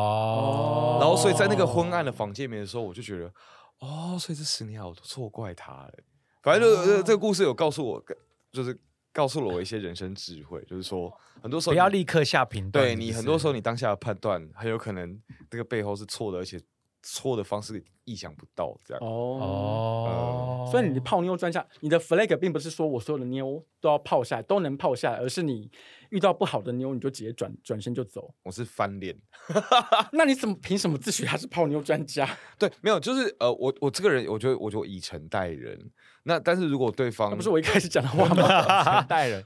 E: 哦
C: 然后所以在那个昏暗的房间里面的时候，我就觉得，哦，所以这十年来我都错怪他了。反正就、呃这个故事有告诉我，就是告诉了我一些人生智慧，就是说，很多时候
E: 不要
C: 你
E: 立刻下评断。
C: 对你很多时
E: 候
C: 候，你当下的判断很有可能那个背后是错的，而且错的方式意想不到，这样。
A: 哦。
E: 哦，
A: 所以你的泡妞专家，你的 flag 并不是说我所有的妞都要泡下来，都能泡下来，而是你遇到不好的妞，你就直接转转身就走。啊
C: 我是翻脸，
A: 那你怎么凭什么自诩他是泡妞专家？ <laughs>
C: 对，没有，就是呃，我我这个人，我觉得我就以诚待人。那但是如果对方
A: 那不是我一开始讲的话吗？
D: <laughs> 代人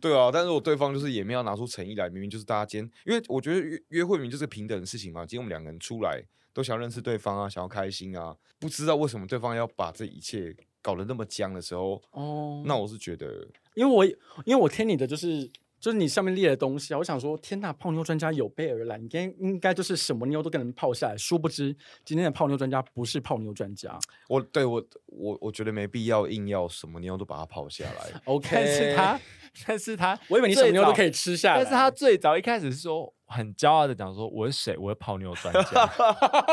C: 对啊，但是我对方就是也没有拿出诚意来，明明就是大家今天，因为我觉得约约会明明就是平等的事情嘛。今天我们两个人出来都想认识对方啊，想要开心啊，不知道为什么对方要把这一切搞得那么僵的时候，
A: 哦，
C: 那我是觉得
A: 因为我因为我听你的就是就是你上面列的东西啊，我想说，天呐，泡妞专家有备而来，你今天应该就是什么妞都跟人泡下来。殊不知今天的泡妞专家不是泡妞专家
C: 我对我我我觉得没必要硬要什么妞都把它泡下
D: <laughs>
C: 来。
B: <laughs>
A: ，OK？
D: 但是他，但是他，
A: 我以为你什么妞都可
D: 以。
A: 以吃下
D: 但
A: 来，
D: 是他最早一开始是说很骄傲的讲说我是谁，我是泡妞专家。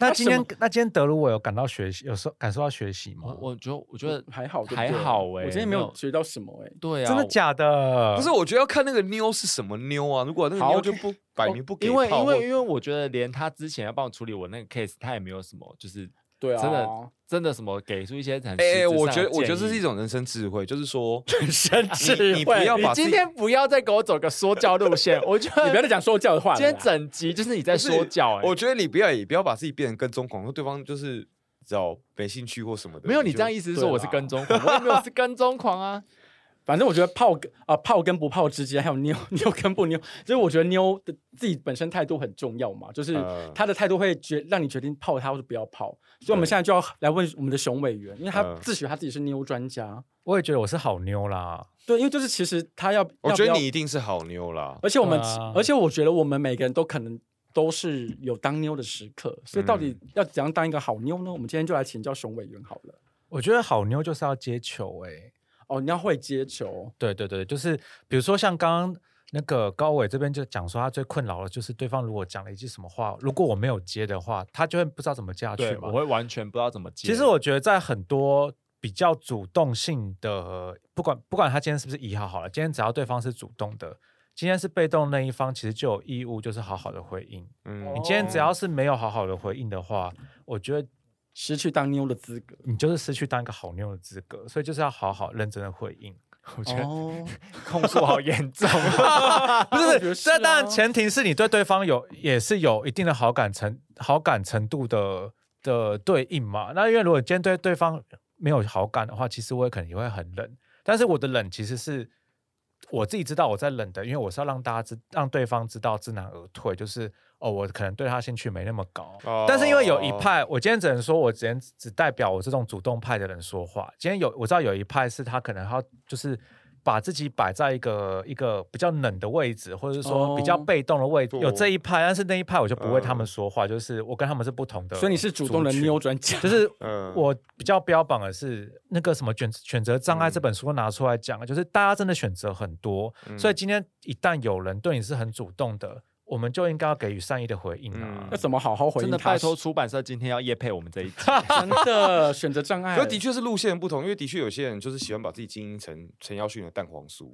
E: 那今天那今天德鲁我有感到学习，有时候感受到学习吗
D: 我？我觉得我觉得
A: 还好对不
D: 还
A: 对
D: 好哎，
A: 我今天没有学到什么哎、
D: 对啊，
E: 真的
D: 我
E: 假的？
C: 不是，我觉得要看那个妞是什么妞啊。如果那个
A: 好
C: 妞就不摆明不给
D: 哦因为
C: 泡
D: 因为
C: 或
D: 因为我觉得连他之前要帮我处理我那个 case，他也没有什么，就是
A: 对啊，
D: 真的真的什么给出一些很
C: 哎、
D: 实质
C: 哎我
D: 上
C: 觉得
D: 的
C: 我觉得
D: 建
C: 这是
D: 议
C: 一种人生智慧，就是
D: <laughs>
C: 说
A: 神
C: 你你不要
D: 你
C: 把自
D: 今
C: 己
D: 天不要再给我走个说教路线，我觉得
A: <laughs> 你不要再讲说教的话了
D: 今
A: 啦。
D: 天整集就是你在说教、哎，
C: 我觉得你不要也不要把自己变成跟踪狂，说对方就是找没兴趣或什么的。
D: 没有你
C: 就
D: 这样意思是
A: 对
D: 说我是
A: 啦
D: 跟踪狂，我也没有是跟踪狂啊。
A: 反正我觉得泡跟啊、泡跟不泡之间，还有妞 <laughs> 妞跟不妞，就是我觉得妞的自己本身态度很重要嘛，就是
D: 嗯
C: 呃
A: 她的态度会决让你决定泡她或者不要泡。所以我们现在就要来问我们的熊委员，因为
D: 嗯
A: 他
C: 呃
A: 自诩他自己是妞专家，
E: 我也觉得我是好妞啦。
A: 对，因为就是其实他要，
C: 我
A: 要
C: 觉
A: 不
C: 得
A: 要哦
C: 你一，定是好妞啦。
A: 而且我们、
E: 对啊
A: 而且我觉得我们每个人都可能。都是有当妞的时刻，所以到底
D: 嗯
A: 要怎样当一个好妞呢？我们今天就来请教熊委员好了。
E: 我觉得好妞就是要接球哎、
A: 哦，你要会接球，
E: 对对对，就是比如说像刚刚那个高伟这边就讲说，他最困扰的就是对方如果讲了一句什么话，如果我没有接的话，他就会不知道怎么接下去
D: 对，
E: 嘛。
D: 我会完全不知道怎么接。
E: 其实我觉得在很多比较主动性的，不管不管他今天是不是一号好了，今天只要对方是主动的，今天是被动那一方，其实就有义务就是好好的回应。
C: 嗯
E: 你今天只
D: 哦
E: 要是没有好好的回应的话，我觉得
A: 失去当妞的资格。
E: 你就是失去当一个好妞的资格，所以就是要好好认真的回应。
D: 我觉得
A: 哦，
D: 控诉好严重， <laughs>
E: <laughs> 不
A: 我
E: 是，
A: 觉得是
E: 这当然
A: 啊
E: 前提是你对对方有也是有一定的好感程好感程度的的对应嘛。那因为如果今天对对方没有好感的话，其实我也可能也会很冷，但是我的冷其实是我自己知道我在冷的，因为我是要让大家知让对方知道知难而退，就是哦，我可能对他兴趣没那么高。
A: 哦
E: 但是因为有一派，我今天只能说，我只能只代表我这种主动派的人说话。今天有我知道有一派是他可能他就是把自己摆在一个一个比较冷的位置，或者是说比较
A: 哦
E: 被动的位置，有
C: 对
E: 这一派，但是那一派我就不为他们
C: 嗯
E: 说话，就是我跟他们是不同的。
A: 所以你是主动的妞，专家，
E: 就是
C: 嗯
E: 我比较标榜的是那个什么选选择障碍这
C: 嗯
E: 本书拿出来讲，就是大家真的选择很多，
A: 嗯
E: 所以今天一旦有人对你是很主动的，我们就应该要给予善意的回应啊。
C: 嗯
A: <laughs> 要怎么好好回
D: 真
A: 应
D: 的
A: 他？
D: 拜托出版社今天要夜配我们这一集。
A: 真的选择障碍。
C: 可是的确是路线不同，因为的确有些人就是喜欢把自己经营成陈耀迅的蛋黄酥，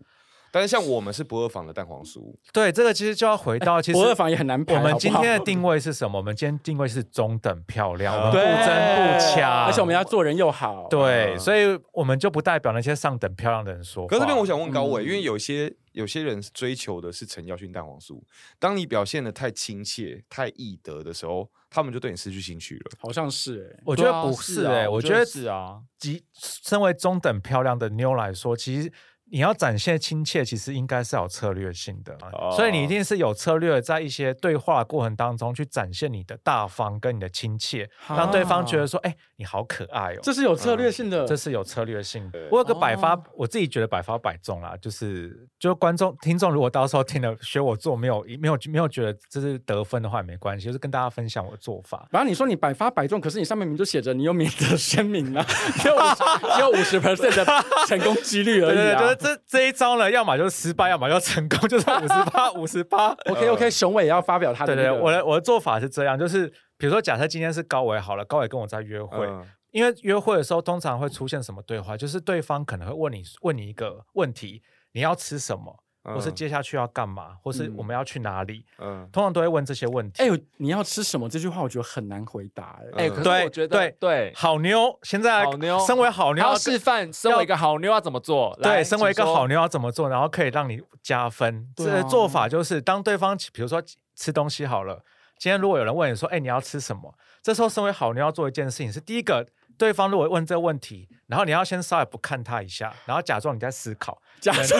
C: 但是像我们是不二坊的蛋黄酥。
E: 对，这个其实就要回到其实
A: 博二房也很难排。
E: 我们今天
A: 好
E: 的
A: 不好
E: 定位是什么？我们今天定位是中等漂亮，我们
A: 对
E: 不争不抢，
A: 而且我们要做人又好。
E: 对，
C: 嗯
E: 所以我们就不代表那些上等漂亮的人说话。
C: 可是这边我想问高伟，
A: 嗯
C: 因为有些有些人是追求的是陈耀迅蛋黄酥，当你表现的太亲切、太易得的时候，他们就对你失去兴趣了。
A: 好像是
E: 我觉
D: 对
E: 得
D: 啊
E: 不
D: 是
E: 是
D: 啊
E: 哎、
D: 我
E: 我
D: 觉
E: 觉
D: 得
E: 得
D: 是啊，
E: 即身为中等漂亮的妞来说，其实你要展现亲切，其实应该是要有策略性的，
C: 哦
E: 所以你一定是有策略，在一些对话的过程当中去展现你的大方跟你的亲切，
A: 啊
E: 让对方觉得说，哎、你好可爱哦、
A: 这是有策略性的。
E: 这是有策略性的
C: 嗯对。
E: 我有个百发，
A: 哦
E: 我自己觉得百发百中啦，就是就观众听众如果到时候听了学我做没有没有没有觉得这是得分的话也没关系，就是跟大家分享我的做法。
A: 然后你说你百发百中，可是你上面明明就写着你有免责声明
E: <laughs>
A: 啊，只有50只有五十 percent 的成功几率而
E: 对
A: 已
E: <laughs> 对对，就
A: 啊。
E: 是这这一招呢，要么就是失
C: 嗯
E: 败，要么就成功， <laughs> 就是五十
C: <laughs>
E: 八五十八。
A: OK OK，熊伟也要发表他的
E: 对
A: 那
E: 对，
A: 个。
E: 我的我的做法是这样，就是比如说假设今天是高伟好了，高伟跟我在约会，
C: 嗯
E: 因为约会的时候通常会出现什么对话，就是对方可能会问你问你一个问题，你要吃什
C: 嗯
E: 么？或是接下去要干嘛，或是
A: 嗯
E: 我们要去哪里，
C: 嗯，
E: 通常都会问这些问题。
A: 哎呦，你要吃什么？这句话我觉得很难回答、哎、
B: 哎，可是
E: 对
B: 我觉
E: 对
B: 得对，
E: 哎好妞，现在
B: 好妞
E: 身为好
B: 你
E: 妞
B: 要
E: 要
B: 示范，身为一个好妞要怎么做？来
E: 对，身为一个好，
B: 请说
E: 妞要怎么做，然后可以让你加分？这
A: 对啊
E: 个做法就是，当对方比如说吃东西好了，今天如果有人问你说：“哎，你要吃什么？”这时候身为好妞要做一件事情是，第一个，对方如果问这个问题，然后你要先稍微不看他一下，然后假装你在思考，
A: 假
E: <laughs>
A: 装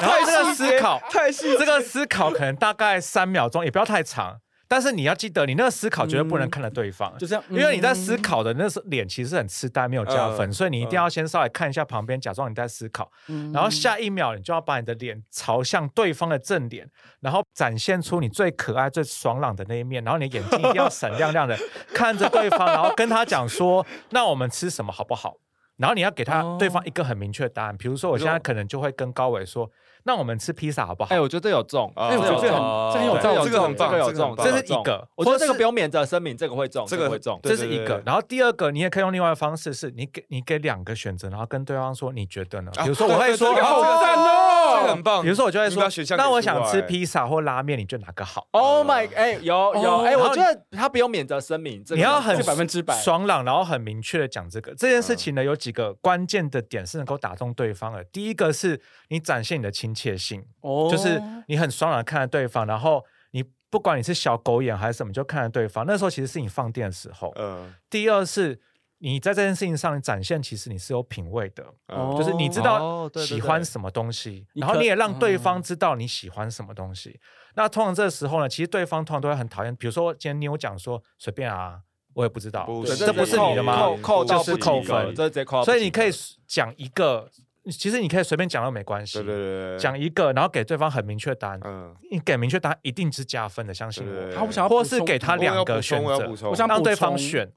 E: 然后这个思考，
A: 太细
E: 这个思考可能大概三秒钟，也不要太长。但是你要记得，你那个思考绝对不能看着对方，
A: 就这样，
E: 因为你在思考的那时候脸其实是很痴呆，没有加分，
C: 嗯
E: 所以你一定要先稍微看一下旁边，假装你在思考，
A: 嗯，
E: 然后下一秒你就要把你的脸朝向对方的正脸，然后展现出你最可爱、最爽朗的那一面，然后你的眼睛一定要闪亮亮的看着对方，然后跟他讲说：“那我们吃什么好不好？”然后你要给他
A: 哦
E: 对方一个很明确的答案，比如说我现在可能就会跟高伟说：“那我们吃披萨好不好
B: 哎，？”我觉得这有中，
C: 啊
A: 哎我觉得这很
C: 哦
A: 这很有
C: 这个
A: 道理
C: 这个很棒，
B: 这个有
C: 很
B: 中，
C: 棒
E: 这
B: 有
E: 是
B: 中
E: 一个
B: 我觉得
E: 或者
B: 这个
E: 是
B: 不用免责声明，这个会中，
C: 这
B: 这
C: 个
B: 个会中，
C: 对
E: 这是一
C: 对
E: 个
C: 对，
E: 然后第二个你也可以用另外的方式，是你给你给两个选择，然后跟对方说你觉得呢？比如说我会说，
C: 啊对对对这
E: 哦
C: 个
A: 赞
C: 这个
A: 哦，
C: 很棒。
E: 比如说我就会
C: 你把选项
E: 说，那
C: 给
E: 我
C: 出
E: 想吃
C: 来
E: 披萨或拉面，你觉得哪个好？
B: Oh my，哎，有有，哎，
A: 哦
B: 我觉得他不用免责声明，这个
E: 你要
B: 有中
E: 很
A: 这百分之百
E: 爽朗，然后很明确的讲这个这件事
C: 嗯
E: 情呢，有几个关键的点是能够打动对方的。第一个是你展现你的亲切性，
A: 哦
E: 就是你很爽朗地看着对方，然后你不管你是小狗眼还是什么，你就看着对方。那时候其实是你放电的时候。
C: 嗯，
E: 第二是你在这件事情上展现，其实你是有品味的，
C: 嗯
E: 就是你知
B: 哦
E: 道
B: 对对
E: 喜欢什么东西，
A: 你
E: 然后
A: 可
E: 你也让对
A: 嗯
E: 方知道你喜欢什么东西。那通常这时候呢，其实对方通常都会很讨厌。比如说今天妞讲说随便啊，我也不知道，
C: 不
E: 对
C: 是
E: 这不是你的吗
B: 扣？扣到
E: 就是
B: 不及
E: 扣
B: 格
E: 分
B: 这直接扣到不及格，
E: 所以你可以讲一个，其实你可以随便讲都没关系
C: 对，对对，对
E: 讲一个，然后给对方很明确答案。
C: 嗯，
E: 你给明确答案一定是加分的，相信
C: 对对对
E: 我。
A: 他我想要
E: 或
A: 补
E: 是
A: 充
E: 给他
C: 我要
E: 两
C: 补
E: 个选
C: 充，我要
E: 择
C: 补，充，
A: 我想
E: 让对
A: 补
E: 方
A: 充
E: 选，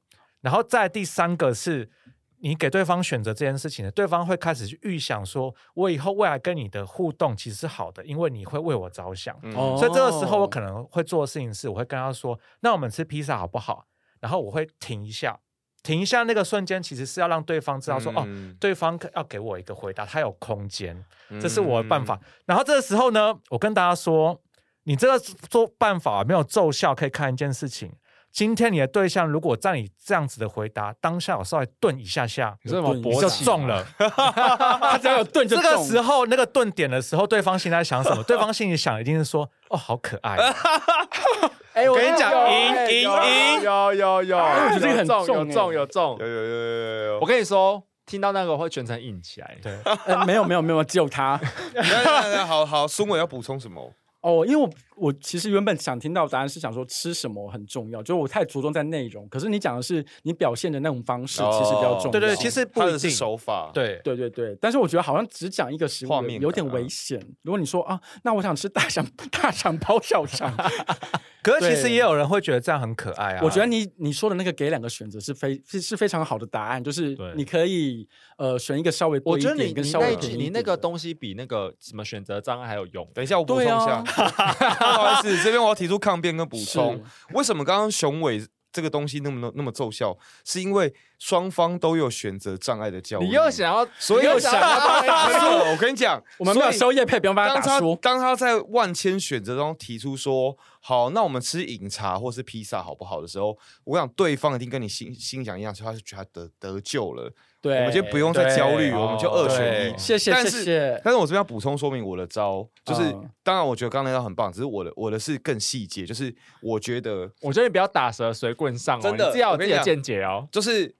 E: 然后再第三个是你给对方选择这件事情呢，对方会开始去预想说，我以后未来跟你的互动其实是好的，因为你会为我着想。
C: 嗯
A: 哦
E: 所以这个时候我可能会做的事情是，我会跟他说：“那我们吃披萨好不好？”然后我会停一下，停一下那个瞬间，其实是要让对方知道说：“哦，
C: 嗯
E: 对方可要给我一个回答，他有空间，
C: 嗯
E: 这是我的办法。然后这个时候呢，我跟大家说，你这个做办法啊没有奏效，可以看一件事情。今天你的对象如果在你这样子的回答当下，我稍微顿一下下，
B: 你说什么
A: 你
B: 勃
E: 就
B: 起 <laughs>
E: 中了。
A: <laughs> 他只要有盾就
E: 这个
A: 中
E: 时候，那个顿点的时候，对方心里在想
B: <laughs>
E: 什么？对方心里想一定是说：“哦，好可爱哦。
B: 哎，我
E: 跟你
B: 有
E: 讲
B: 哎
E: 赢赢
B: 有
E: 赢
B: 有有有，
A: 觉得这个很
B: 有
A: 重
B: 有
A: 哎
B: 中有中
C: 有。有有有有有
B: 我，跟你说，听到那个我会全程硬起来。
E: 对
A: 呃没有没有没有，只有他。
C: 等一下等一下等一下好好，孙伟要补充什么？
A: 哦，因为我我其实原本想听到的答案是想说吃什么很重要，就是我太着重在内容，可是你讲的是你表现的那种方式，
C: 哦
A: 其实比较重要。
E: 对对，其实
C: 他
E: 不一
C: 的是
E: 定。
C: 手法，
E: 对，
A: 对对对，但是我觉得好像只讲一个食物
C: 画
A: 有
C: 面感
A: 有点危险。如果你说啊，那我想吃大肠 <laughs> 大肠包小肠，
E: 可是其实
A: 对
E: 也有人会觉得这样很可爱啊。
A: 我觉得你你说的那个给两个选择是非是是非常好的答案，就是
B: 对
A: 你可以呃选一个稍微多
B: 我
A: 一
B: 觉得你
A: 点跟
B: 你
A: 稍
B: 那
A: 微
B: 一
A: 便宜一
B: 句你
A: 点
B: 那个
A: 的
B: 东西比那个什么选择障碍还有用。
C: 等一下我补充一下，
A: 啊
C: <laughs> 不好意思，这边我要提出抗辩跟补充。为什么刚刚雄伟这个东西那么那么奏效？是因为双方都有选择障碍的教育。
B: 你又， <laughs> 想要，
C: 所以
B: 你又
C: 我
B: 想要
C: 打输。我跟你讲，
A: 我们没有
C: 所以
A: 收叶配，不用帮
C: 当
A: 他打
C: 他
A: 输。
C: 当他在万千选择中提出说“好，那我们吃饮茶或是披萨好不好”的时候，我想对方一定跟你心心想一样，他就觉得他得得救了。
A: 对，
C: 我们就不用再焦虑，
E: 对
C: 我们就二选一
E: 对。
A: 谢谢
C: 但
A: 谢
C: 是
A: 谢。
C: 但是我这边要补充说明我的招，就是、
A: 嗯
C: 当然我觉得刚才那招很棒，只是我的我的是更细节，就是我觉得
B: 我觉得你不要打蛇随棍上哦，
C: 真
B: 你
C: 的
B: 自己要
C: 我
B: 有
C: 跟
B: 自
C: 你
B: 己的
C: 讲
B: 见解哦。
C: 就是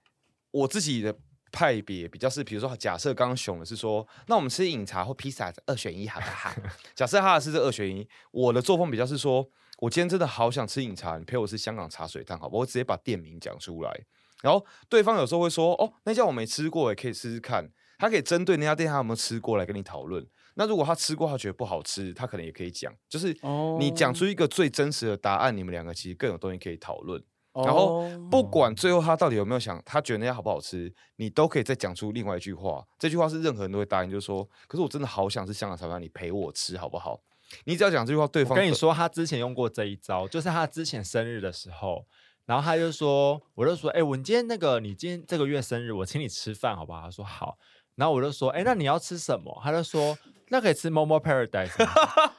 C: 我自己的派别比较是，比如说假设刚刚熊的是说，那我们吃饮茶或披萨二选一好不好？假设他的是这二选一，我的作风比较是说，我今天真的好想吃饮茶，你陪我吃香港茶水蛋好不好？我直接把店名讲出来，然后对方有时候会说，哦，那家我没吃过，也可以试试看。他可以针对那家店他有没有吃过来跟你讨论。那如果他吃过，他觉得不好吃，他可能也可以讲，就是
A: 哦
C: 你讲出一个最真实的答案，你们两个其实更有东西可以讨论。
A: 哦
C: 然后不管最后他到底有没有想，他觉得那家好不好吃，你都可以再讲出另外一句话。这句话是任何人都会答应，就是说，可是我真的好想吃香港炒饭，你陪我吃好不好？你只要讲这句话，对
B: 我
C: 方
B: 跟你说，他之前用过这一招，就是他之前生日的时候，然后他就说，我就说，哎、我今天那个你今天这个月生日，我请你吃饭好不好？他说好，然后我就说，哎、那你要吃什么？他就说。那可以吃 Momo Paradise <laughs> 吗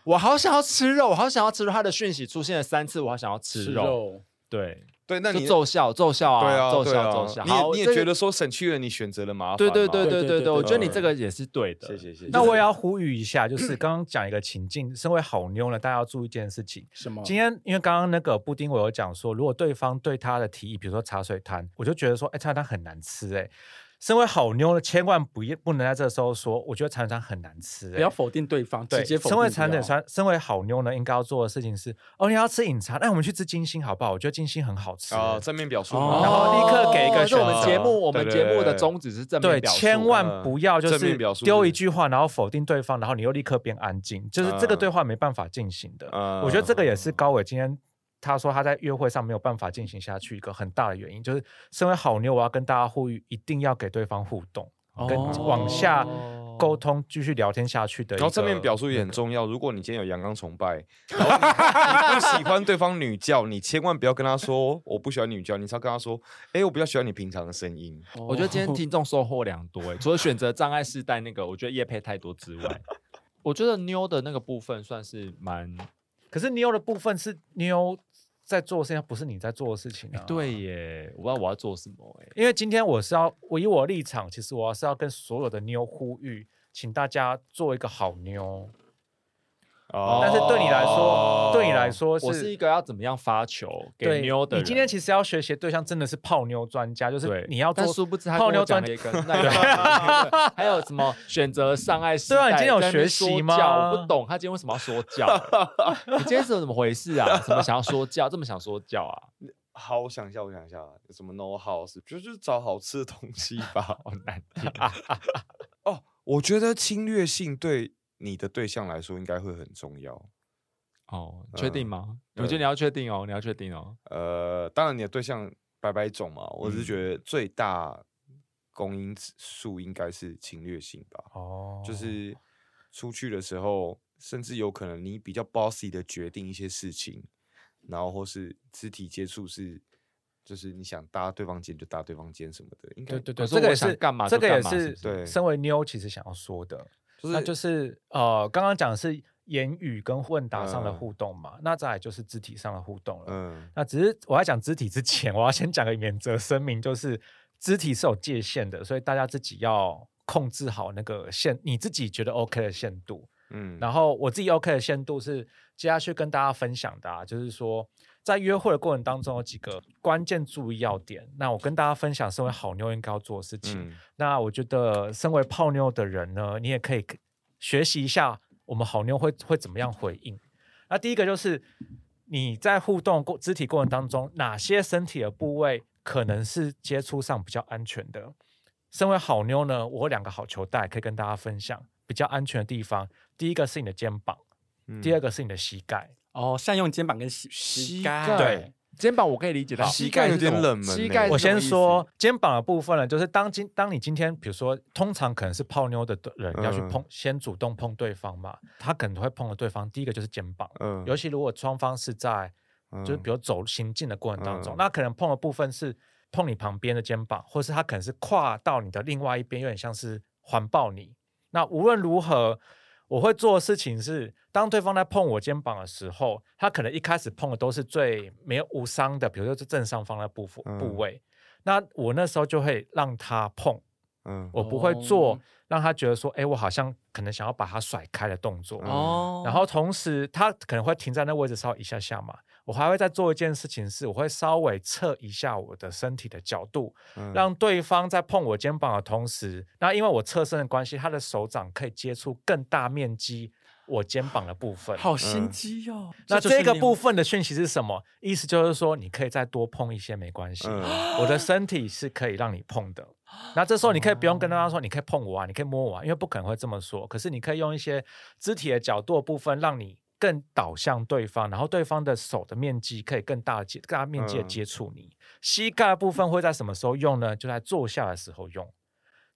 B: 我好想要吃肉，我好想要吃肉。他的讯息出现了三次，我好想要吃
A: 吃
B: 肉。
A: 肉，
B: 对，
C: 对，那
B: 就
C: 你
B: 奏效，奏效
C: 对
B: 啊，
C: 啊，
B: 奏
C: 对啊
B: 效，奏效。
C: 你也
B: 好，
C: 你
B: 这
C: 也
B: 个
C: 觉得说省去了你选择了麻烦嘛？
B: 对对对
A: 对
B: 对
A: 对
B: 对对，
A: 对
B: 我觉得
C: 对
B: 你这个也是对的。
C: 谢谢谢谢。
E: 那我也要呼吁一下，就是刚刚讲一个情境，身为好妞呢，大家要注意一件事情。
A: 什么？
E: 今天因为刚刚那个布丁，我有讲说，如果对方对他的提议，比如说茶水摊，我就觉得说，哎、茶水摊很难吃、哎，身为好妞呢，千万不要不能在这时候说，我觉得茶水摊很难吃、哎
A: 不要否定对方，直
E: 对，
A: 接否定
E: 身
A: 掉。
E: 为产者酸，身为好妞呢，应该要做的事情是，哦，你要吃饮茶，那我们去吃金星好不好？我觉得金星很好吃。欸
C: 啊，正面表述
E: 然
C: 嘛，
E: 后立刻给一
C: 哦
E: 个
B: 这是我们
E: 选择
B: 节目，我们
C: 对
B: 节
C: 对
B: 目的
C: 对
B: 宗旨是正面
E: 对，
B: 表述
E: 千万
C: 嗯
E: 不要就
C: 正面
E: 是
C: 表述
E: 丢
C: 是
E: 一句话，然后否定对方，然后你又立刻变安静，就是这个对话没办法进行的。
C: 嗯
E: 我觉得这个也是高伟今天他说他在约会上没有办法进行下去一个很大的原因，就是身为好妞，我要跟大家呼吁，一定要给对方互动，跟
B: 哦
E: 往下沟通，继续聊天下去的一
C: 哦
E: 个。
C: 然后正面表述也很重要。如果你今天有阳刚崇拜，然后你你不喜欢对方女教，你千万不要跟他说我不喜欢女教，你是要跟他说，哎，我比较喜欢你平常的声音。
A: 哦
B: 我觉得今天听众收获良多、欸，除了选择障碍世代那个，我觉得叶配太多之
C: <laughs>
B: 外，我觉得妞的那个部分算是蛮、
C: 啊
E: 可是妞的部分是妞在做的事情，不是你在做的事情、啊
B: 欸对耶，我不知道我要做什么哎、
E: 因为今天我是要，我以我的立场，其实我是要跟所有的妞呼吁，请大家做一个好妞。
C: 哦
E: 但是对你来说，对你来说
B: 我是一个要怎么样发球给妞的
E: 你
B: 人。
E: 今天其实要学习的对象真的是泡妞专家，就是
B: 对
E: 你要做
B: 但。殊不知他
E: 泡
B: 跟
E: 妞
B: 我讲
E: 专
B: 了一个那个，
E: <laughs>
B: 还有什么选择障碍世
E: 对啊
B: 代？
E: 你今天有
B: 在那边
E: 学习
B: 说
E: 吗
B: 教我不懂他今天为什么要说教
E: <laughs>
B: 欸？你今天是怎么回事啊？怎么想要说教？这么想说教啊？
C: 好，我想一下，我想一下，有什么 no house，就就是找好吃的东西吧。
B: 好难听。
C: 哦， <laughs> 我觉得侵略性对你的对象来说应该会很重要。
B: 哦，确定
C: 嗯
B: 吗？我
C: 对
B: 觉得你要确定哦，你要确定哦。
C: 呃，当然你的对象百百种嘛，我只是觉得最大公因数应该是侵略性吧，
E: 哦
C: 就是出去的时候，甚至有可能你比较 bossy 的决定一些事情，然后或是肢体接触是。就是你想搭对方肩就搭对方肩什么的，应该
E: 对对
B: 可
E: 对，
B: 是
E: 这个
B: 我
E: 也
B: 想
E: 是
B: 干嘛
E: 这
B: 就
E: 个
B: 干
E: 也
B: 嘛
E: 是
B: 是
C: 不是对
E: 身为妞其实想要说的，
C: 就是
E: 那就是呃，刚刚讲的是言语跟问答上的
C: 嗯
E: 互动嘛，那再来就是肢体上的互动了。
C: 嗯
E: <laughs> 那只是我在讲肢体之前，我要先讲个免责声明，就是肢体是有界限的，所以大家自己要控制好那个限，你自己觉得 OK 的限度。
C: 嗯，
E: 然后我自己 OK 的限度是接下去跟大家分享的、啊，就是说在约会的过程当中有几个关键注意要点。那我跟大家分享，身为好妞应该要做的事情。
C: 嗯
E: 那我觉得身为泡妞的人呢，你也可以学习一下我们好妞会会怎么样回应。那第一个就是你在互动过肢体过程当中，哪些身体的部位可能是接触上比较安全的？身为好妞呢，我有两个好球带可以跟大家分享，比较安全的地方，第一个是你的肩膀，第二个是你的膝盖。
A: 哦，善用肩膀跟膝
B: 膝
A: 膝
B: 盖
A: 盖，
E: 对，
B: 肩膀我可以理解到，
C: 膝盖有点冷门欸
B: 膝
C: 呢
B: 盖
C: 是
E: 我
B: 什么
E: 先
B: 意思
E: 说肩膀的部分呢，就是当今当你今天，比如说，通常可能是泡妞的对人要去
C: 嗯
E: 碰，先主动碰对方嘛，他可能会碰了对方。第一个就是肩膀，
C: 嗯
E: 尤其如果双方是在就是
A: 嗯
E: 比如走行进的过程当中，那可能碰的部分是碰你旁边的肩膀，或是他可能是跨到你的另外一边，有点像是环抱你。那无论如何，我会做的事情是，当对方在碰我肩膀的时候，他可能一开始碰的都是最没有无伤的，比如说是正上方的部部
C: 嗯
E: 部位。那我那时候就会让他碰，
C: 嗯
E: 我不会做、
A: 哦
E: 让他觉得说，哎，我好像可能想要把他甩开的动作。
C: 嗯
A: 哦，
E: 然后同时他可能会停在那位置稍微一下下嘛，我还会再做一件事情是，我会稍微侧一下我的身体的角度，
C: 嗯
E: 让对方在碰我肩膀的同时，那因为我侧身的关系，他的手掌可以接触更大面积我肩膀的部分。
A: 好心机哦。
E: 那
A: 就是
E: 这个
A: 另
E: 部分的讯息是什么？意思就是说，你可以再多碰一些，没关系。
C: 嗯
E: 我的身体是可以让你碰的。那这时候你可以不用跟对方说，你可以碰我啊，你可以摸我啊，因为不可能会这么说。可是你可以用一些肢体的角度的部分，让你更导向对方，然后对方的手的面积可以更大的接更大面积的
C: 嗯
E: 接触你。膝盖的部分会在什么时候用呢？就在坐下的时候用。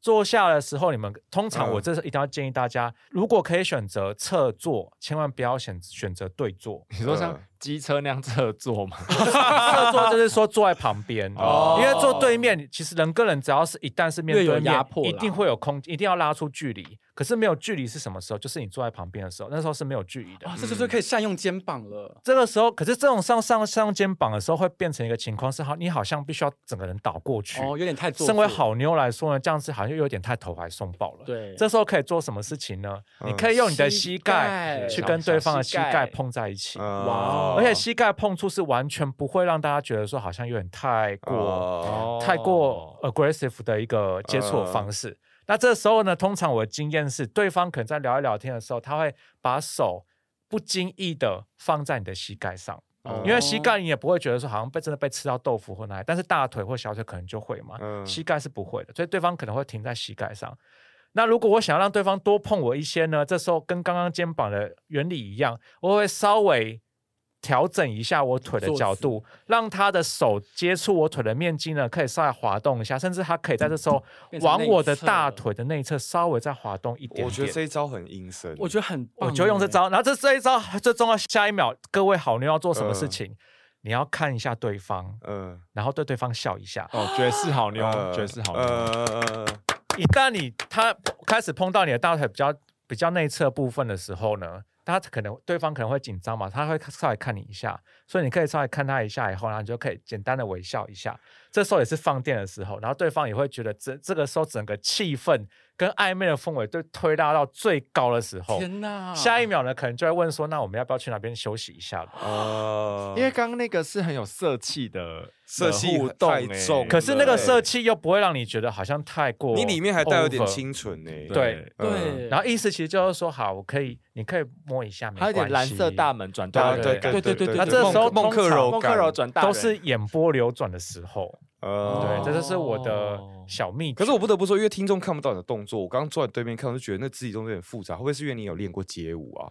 E: 坐下的时候，你们通常我
C: 嗯
E: 这是一定要建议大家，如果可以选择侧坐，千万不要选选择对坐。
B: 你说像
C: 嗯
B: 机车那样侧坐嘛，
E: 侧坐就是说坐在旁边，
B: 哦
E: 因为坐对面，其实人跟人只要是一旦是面
A: 略有
E: 对面，
A: 压迫啦
E: 一定会有空，一定要拉出距离。可是没有距离是什么时候？就是你坐在旁边的时候，那时候是没有距离的
A: 哇，。啊这就是可以善用肩膀了。
E: 这个时候，可是这种上上上肩膀的时候，会变成一个情况是，好，你好像必须要整个人倒过去。
A: 哦，有点太做
E: 身为
A: 作，
E: 好妞来说呢，这样子好像又有点太投怀送抱了。，
A: 对，
E: 这时候可以做什么事情呢？
C: 嗯
E: 你可以用你的
A: 膝
E: 膝盖
A: 盖啊
E: 去跟对方的膝
B: 小膝
E: 盖
B: 盖
E: 碰在一起。
A: 哇
E: 而且膝盖碰触是完全不会让大家觉得说好像有点太过、
C: 哦嗯
E: <laughs> 太过 aggressive 的一个接触的方式。那这时候呢，通常我的经验是，对方可能在聊一聊天的时候，他会把手不经意的放在你的膝盖上，
C: 哦
E: 因为膝盖你也不会觉得说好像被真的被吃到豆腐或哪里，但是大腿或小腿可能就会嘛，
C: 嗯
E: 膝盖是不会的，所以对方可能会停在膝盖上。那如果我想要让对方多碰我一些呢，这时候跟刚刚肩膀的原理一样，我会稍微调整一下我腿的角度，让他的手接触我腿的面积呢，可以稍微滑动一下，甚至他可以在这时候
C: 嗯 <laughs>
A: 变成内
E: 往
A: 侧
E: 我的大腿的内侧稍微再滑动一点点。
C: 我觉得这一招很阴森，
A: 我觉得很棒
E: 我
A: 耶，
E: 就用这招，然后这这一招最重要，下一秒各位好妞要做什么事情？你要看一下对方，
C: 嗯，
E: 然后对对方笑一下。
B: 哦，爵士好妞，
C: 呃
B: 爵士好妞，
C: 呃呃呃呃
E: 一旦你他开始碰到你的大腿比较比较内侧部分的时候呢，他可能对方可能会紧张嘛，他会稍微看你一下，所以你可以稍微看他一下以后，然后你就可以简单的微笑一下。这时候也是放电的时候，然后对方也会觉得这这个时候整个气氛跟暧昧的氛围都推拉到最高的时候。
A: 天哪，
E: 下一秒呢，可能就会问说：“那我们要不要去那边休息一下了？”
C: 呃
B: 因为刚刚那个是很有色气的
C: 色气
B: 的互动
C: 太
B: 欸
C: 重
E: 可是那个
C: 对
E: 色气又不会让你觉得好像太过，
C: 你里面还带有点。清纯呢，
E: 对
C: 嗯
A: 对，
E: 然后意思其实就是说，好，我可以，你可以摸一下，没
B: 还有
E: 关系。
B: 点蓝色大门转
C: 啊
B: 大
E: 对
B: 人的
C: 对对
B: 感
A: 对
B: 觉，
A: 对对
E: 那这时候
C: 孟克柔
B: 孟
C: 感
B: 克柔转大人
E: 都是眼波流转的时候。
C: 呃
E: 对，这就是我的
B: 哦
E: 小秘诀。
C: 可是我不得不说，因为听众看不到你的动作，我刚刚坐在对面看，我就觉得那肢体动作有点复杂，会不会是因为你有练过街舞啊？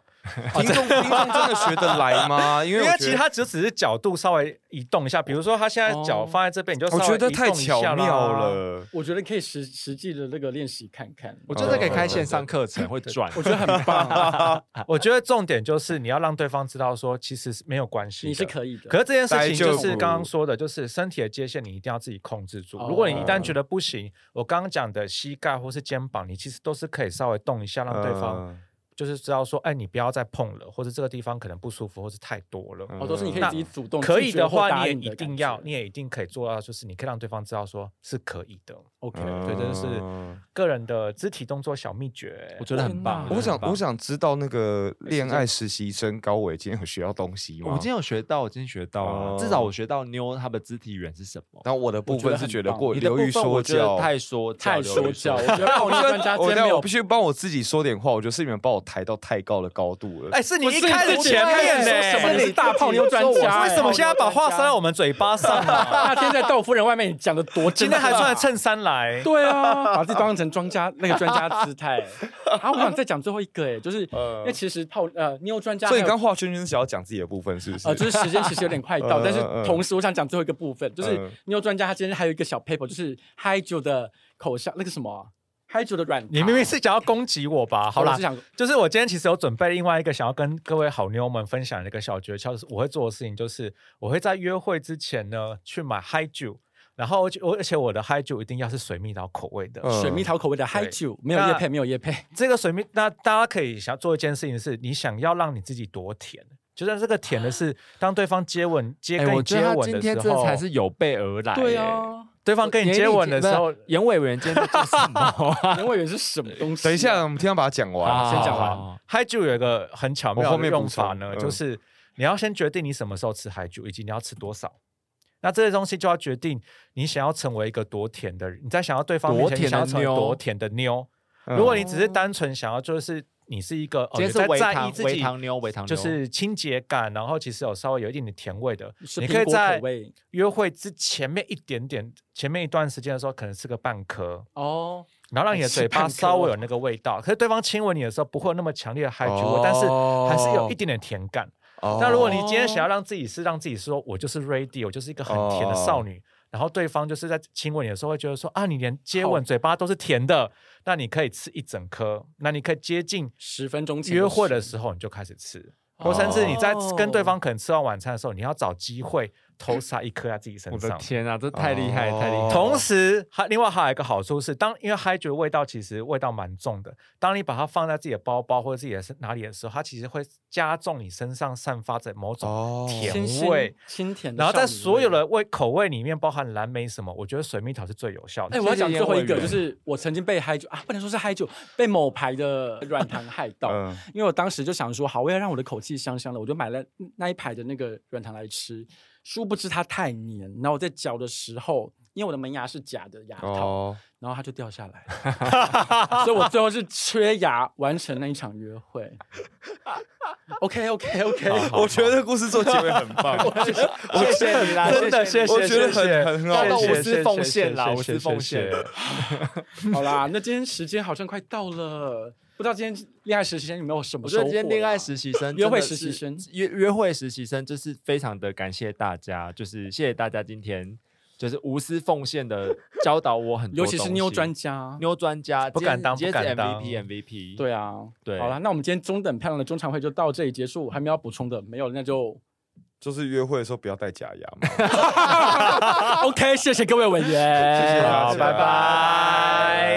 C: 听众听众真的学得来吗？因
E: 因
C: 为
E: 为
C: 我觉
E: 其实
C: 得
E: 他只只是角度稍微移动一下，比如说他现在脚
A: 哦
E: 放在这边，你就稍
C: 我
E: 微
C: 觉得
E: 移
C: 太
E: 动一
C: 巧
E: 下啦
C: 妙。了，
A: 我觉得可以实实际的那个练习看看，
B: 我
A: 我
B: 觉得可以开线上课程，会转。
A: 我觉得很棒，
E: 我觉得重点就是你要让对方知道说，其实是没有关系的，
A: 你是可以的。
E: 可是这件事
C: 待
E: 情
C: 就
E: 就是
C: 不
E: 刚刚说的，就是身体的界限你一定要自己控制住。如果你一旦觉
C: 哦
E: 得不行，我刚刚讲的膝盖或是肩膀，你其实都是可以稍微动一下，让对方
C: 嗯
E: 就是知道说，哎，你不要再碰了，或者这个地方可能不舒服，或是太多
C: 嗯
E: 了。
A: 哦，都是你可以
E: 那
A: 自己主动，
E: 可
A: 拒
E: 以
A: 绝
E: 的
A: 或
E: 话，
A: 答
E: 你也
A: 应的
E: 一定
A: 感
E: 要，
A: 觉
E: 你也一定可以做到，就是你可以让对方知道说是可以的。
A: OK。
E: 所以这就是
C: 嗯
E: 个人的肢体动作小秘诀。
B: 我觉得很棒。
C: 我
B: 觉得
C: 想
B: 很棒
C: 我，想知道那个恋爱实习生高伟今天有学到东西吗？
B: <laughs> 我今天有学到，我今天学到啊，
C: 哦
B: 至少我学到妞她的肢体语言是什么。
C: 然后我的部分是觉得过
B: 你的
C: 流
B: 部
C: 于
B: 分
C: 说
B: 我觉得
C: 教，哦
B: 太说
A: 太说教，
B: 教
A: 我 <laughs> 觉得
B: 流于
A: 泡妞专家今
C: 我
A: 天没
C: 但我
A: 有
C: 必须帮我自己说点话，我觉得是你们把我抬到太高的高度了。
E: 哎，是你
A: 不
E: 一
A: 是
E: 开
A: 你
E: 始
A: 自己
E: 前面
A: 说
E: 呢、
A: 什么你是大泡妞专家哎
E: 为什么现在把话
A: 泡妞专家
E: 塞到我们嘴巴上啊
A: <laughs> 那
E: 呢、
A: 天在豆夫人外面，你讲的多真
E: <laughs> 今
A: 啊，
E: 天还穿着衬衫
B: <laughs>
E: 来。
A: 对啊，把自己当成专家那个专家姿 <laughs> 态。啊，我想再讲最后一个，哎，就是因为其实泡呃妞专家
C: 所
A: 还
C: 以你
A: 有
C: 刚画圈圈是想要讲自己的部分，是不是？
A: 呃，就是时间其实有点快到，
C: 嗯
A: 但是
C: 嗯
A: 同时我想讲最后一个部分，就是
C: 嗯
A: 妞专家他今天还有一个小 paper，就是嗨酒的口香那个什么啊嗨酒的软，
E: 你明明是想要攻击我吧？好
A: 我
E: 啦
A: 是，想
E: 就是我今天其实有准备另外一个想要跟各位好妞们分享的一个小诀窍，就是我会做的事情，就是我会在约会之前呢去买嗨酒，然后就我而且我的嗨酒一定要是水蜜桃口味的。
C: 嗯
A: 水蜜桃口味的嗨酒，没有叶
E: 那
A: 配，没有叶配，
E: 这个水蜜，那大家可以想做一件事情是，你想要让你自己多甜，就算这个甜的是当对方接吻接
B: 哎，
E: 跟
B: 我
E: 你
B: 觉
E: 接
B: 得他
E: 吻
B: 今
E: 的时
B: 天
E: 候，
B: 这才是有备而来。欸
A: 对，啊，
E: <laughs> 对方跟你接吻的时候，
B: 严委员今天在做什么啊？
A: 原委员是什么东西？啊
C: 等一下，，我们听他把它讲完。
B: 好
A: 先讲完
B: 好好好
E: 嗨酒有一个很巧
C: 我
E: 妙
C: 后
E: 的
C: 面
E: 用
C: 补
E: 法
C: 充
E: 呢，
C: 嗯
E: 就是你要先决定你什么时候吃嗨酒，以及你要吃多少。那这些东西就要决定你想要成为一个多甜的人，你在想要对方面
B: 多
E: 前你
B: 甜的
E: 想要成为
B: 妞
E: 多甜的妞。
C: 嗯
E: 如果你只是单纯想要，就是你是一个哦，
B: 今天
E: 你
B: 是
E: 在
B: 微
E: 在意
B: 糖
E: 自
B: 微
E: 己
B: 糖妞微糖
E: 就
B: 妞
E: 是清洁感，然后其实有稍微有一点点甜味的，
A: 是
E: 你
A: 苹
E: 可以
A: 果
E: 在
A: 口味
E: 约会之前面一点点，前面一段时间的时候，可能吃个半颗，
A: 哦，
E: 然后让你的
A: 吃
E: 嘴巴
A: 半颗
E: 稍微
A: 哦
E: 有那个味道。可是对方亲吻你的时候，不会有那么强烈的嗨
A: 哦
E: 酒味，但是还是有一点点甜感。
C: 哦
E: 那如果你今天想要让自己是让自己说，我就是 ready，我就是一个很甜的少
A: 哦
E: 女。然后对方就是在亲吻你的时候会觉得说啊，你连接吻
A: 好
E: 嘴巴都是甜的，那你可以吃一整颗，那你可以接近
A: 十分钟前
E: 约会的
A: 事
E: 时候你就开始吃。或甚至你在
A: 哦
E: 跟对方可能吃完晚餐的时候，你要找机会偷杀一颗在自己身
D: 我的
E: 上。
D: 天啊，这太厉害，
C: 哦
D: 太厉害！
E: 同时，还另外还有一个好处是，当因为嗨酒的味道其实味道蛮重的，当你把它放在自己的包包或者自己的身哪里的时候，它其实会加重你身上散发着某种
C: 哦
E: 甜
A: 清新
E: 味。
A: 清甜的
E: 然
A: 少
E: 后
A: 女味，
E: 在所有的味口味里面，包含蓝莓什么，我觉得水蜜桃是最有效的。
A: 哎、我要
D: 谢谢
A: 讲最
D: 烟
A: 后一
D: 味
A: 个，
D: 人
A: 就是我曾经被嗨酒啊，不能说是嗨酒，被某牌的软
E: <laughs>
A: 糖害到。
C: 嗯
A: 因为我当时就想说，好，我要让我的口气香香的，我就买了那一排的那个软糖来吃。殊不知它太黏，然后我在嚼的时候，因为我的门牙是假的牙套，
C: 哦，
A: 然后它就掉下来了所以我最后是缺牙完成那一场约会。OK OK OK，
C: 我觉得故事做结尾很棒， <laughs>
D: 谢谢你啦，
E: 真的谢
D: 谢
E: 谢，
C: 我觉得
E: 谢谢
C: 很很好
E: 谢谢
D: 那我是
E: 谢谢
D: 奉献啦
E: 谢谢
D: 我是
E: 谢谢
D: 奉献
E: 谢谢
A: 好啦，那今天时间好像快到了，不知道今天恋爱实习生有没有什么
B: 我
A: 收
B: 觉
A: 获啊
B: 得
A: 啦？
B: 今天恋爱实习生、
A: 约会实习生
B: 约约会实习生，就是非常的感谢大家，就是谢谢大家今天就是无私奉献的教导我很多
A: 尤
B: 东西，
A: 其是妞专家。
B: 妞专家，
E: 不敢当
B: 今天
E: 不
B: 今
E: 敢
B: 天是
E: 当
B: MVP MVP，，
A: 对啊，
B: 对
A: 好了，那我们今天中等漂亮的中场会就到这里结束，还没有要补充的，没有，那就
C: 就是约会的时候不要戴假牙嘛。
A: OK，谢谢各位委员，
C: 哎谢谢大家
E: 好，拜拜。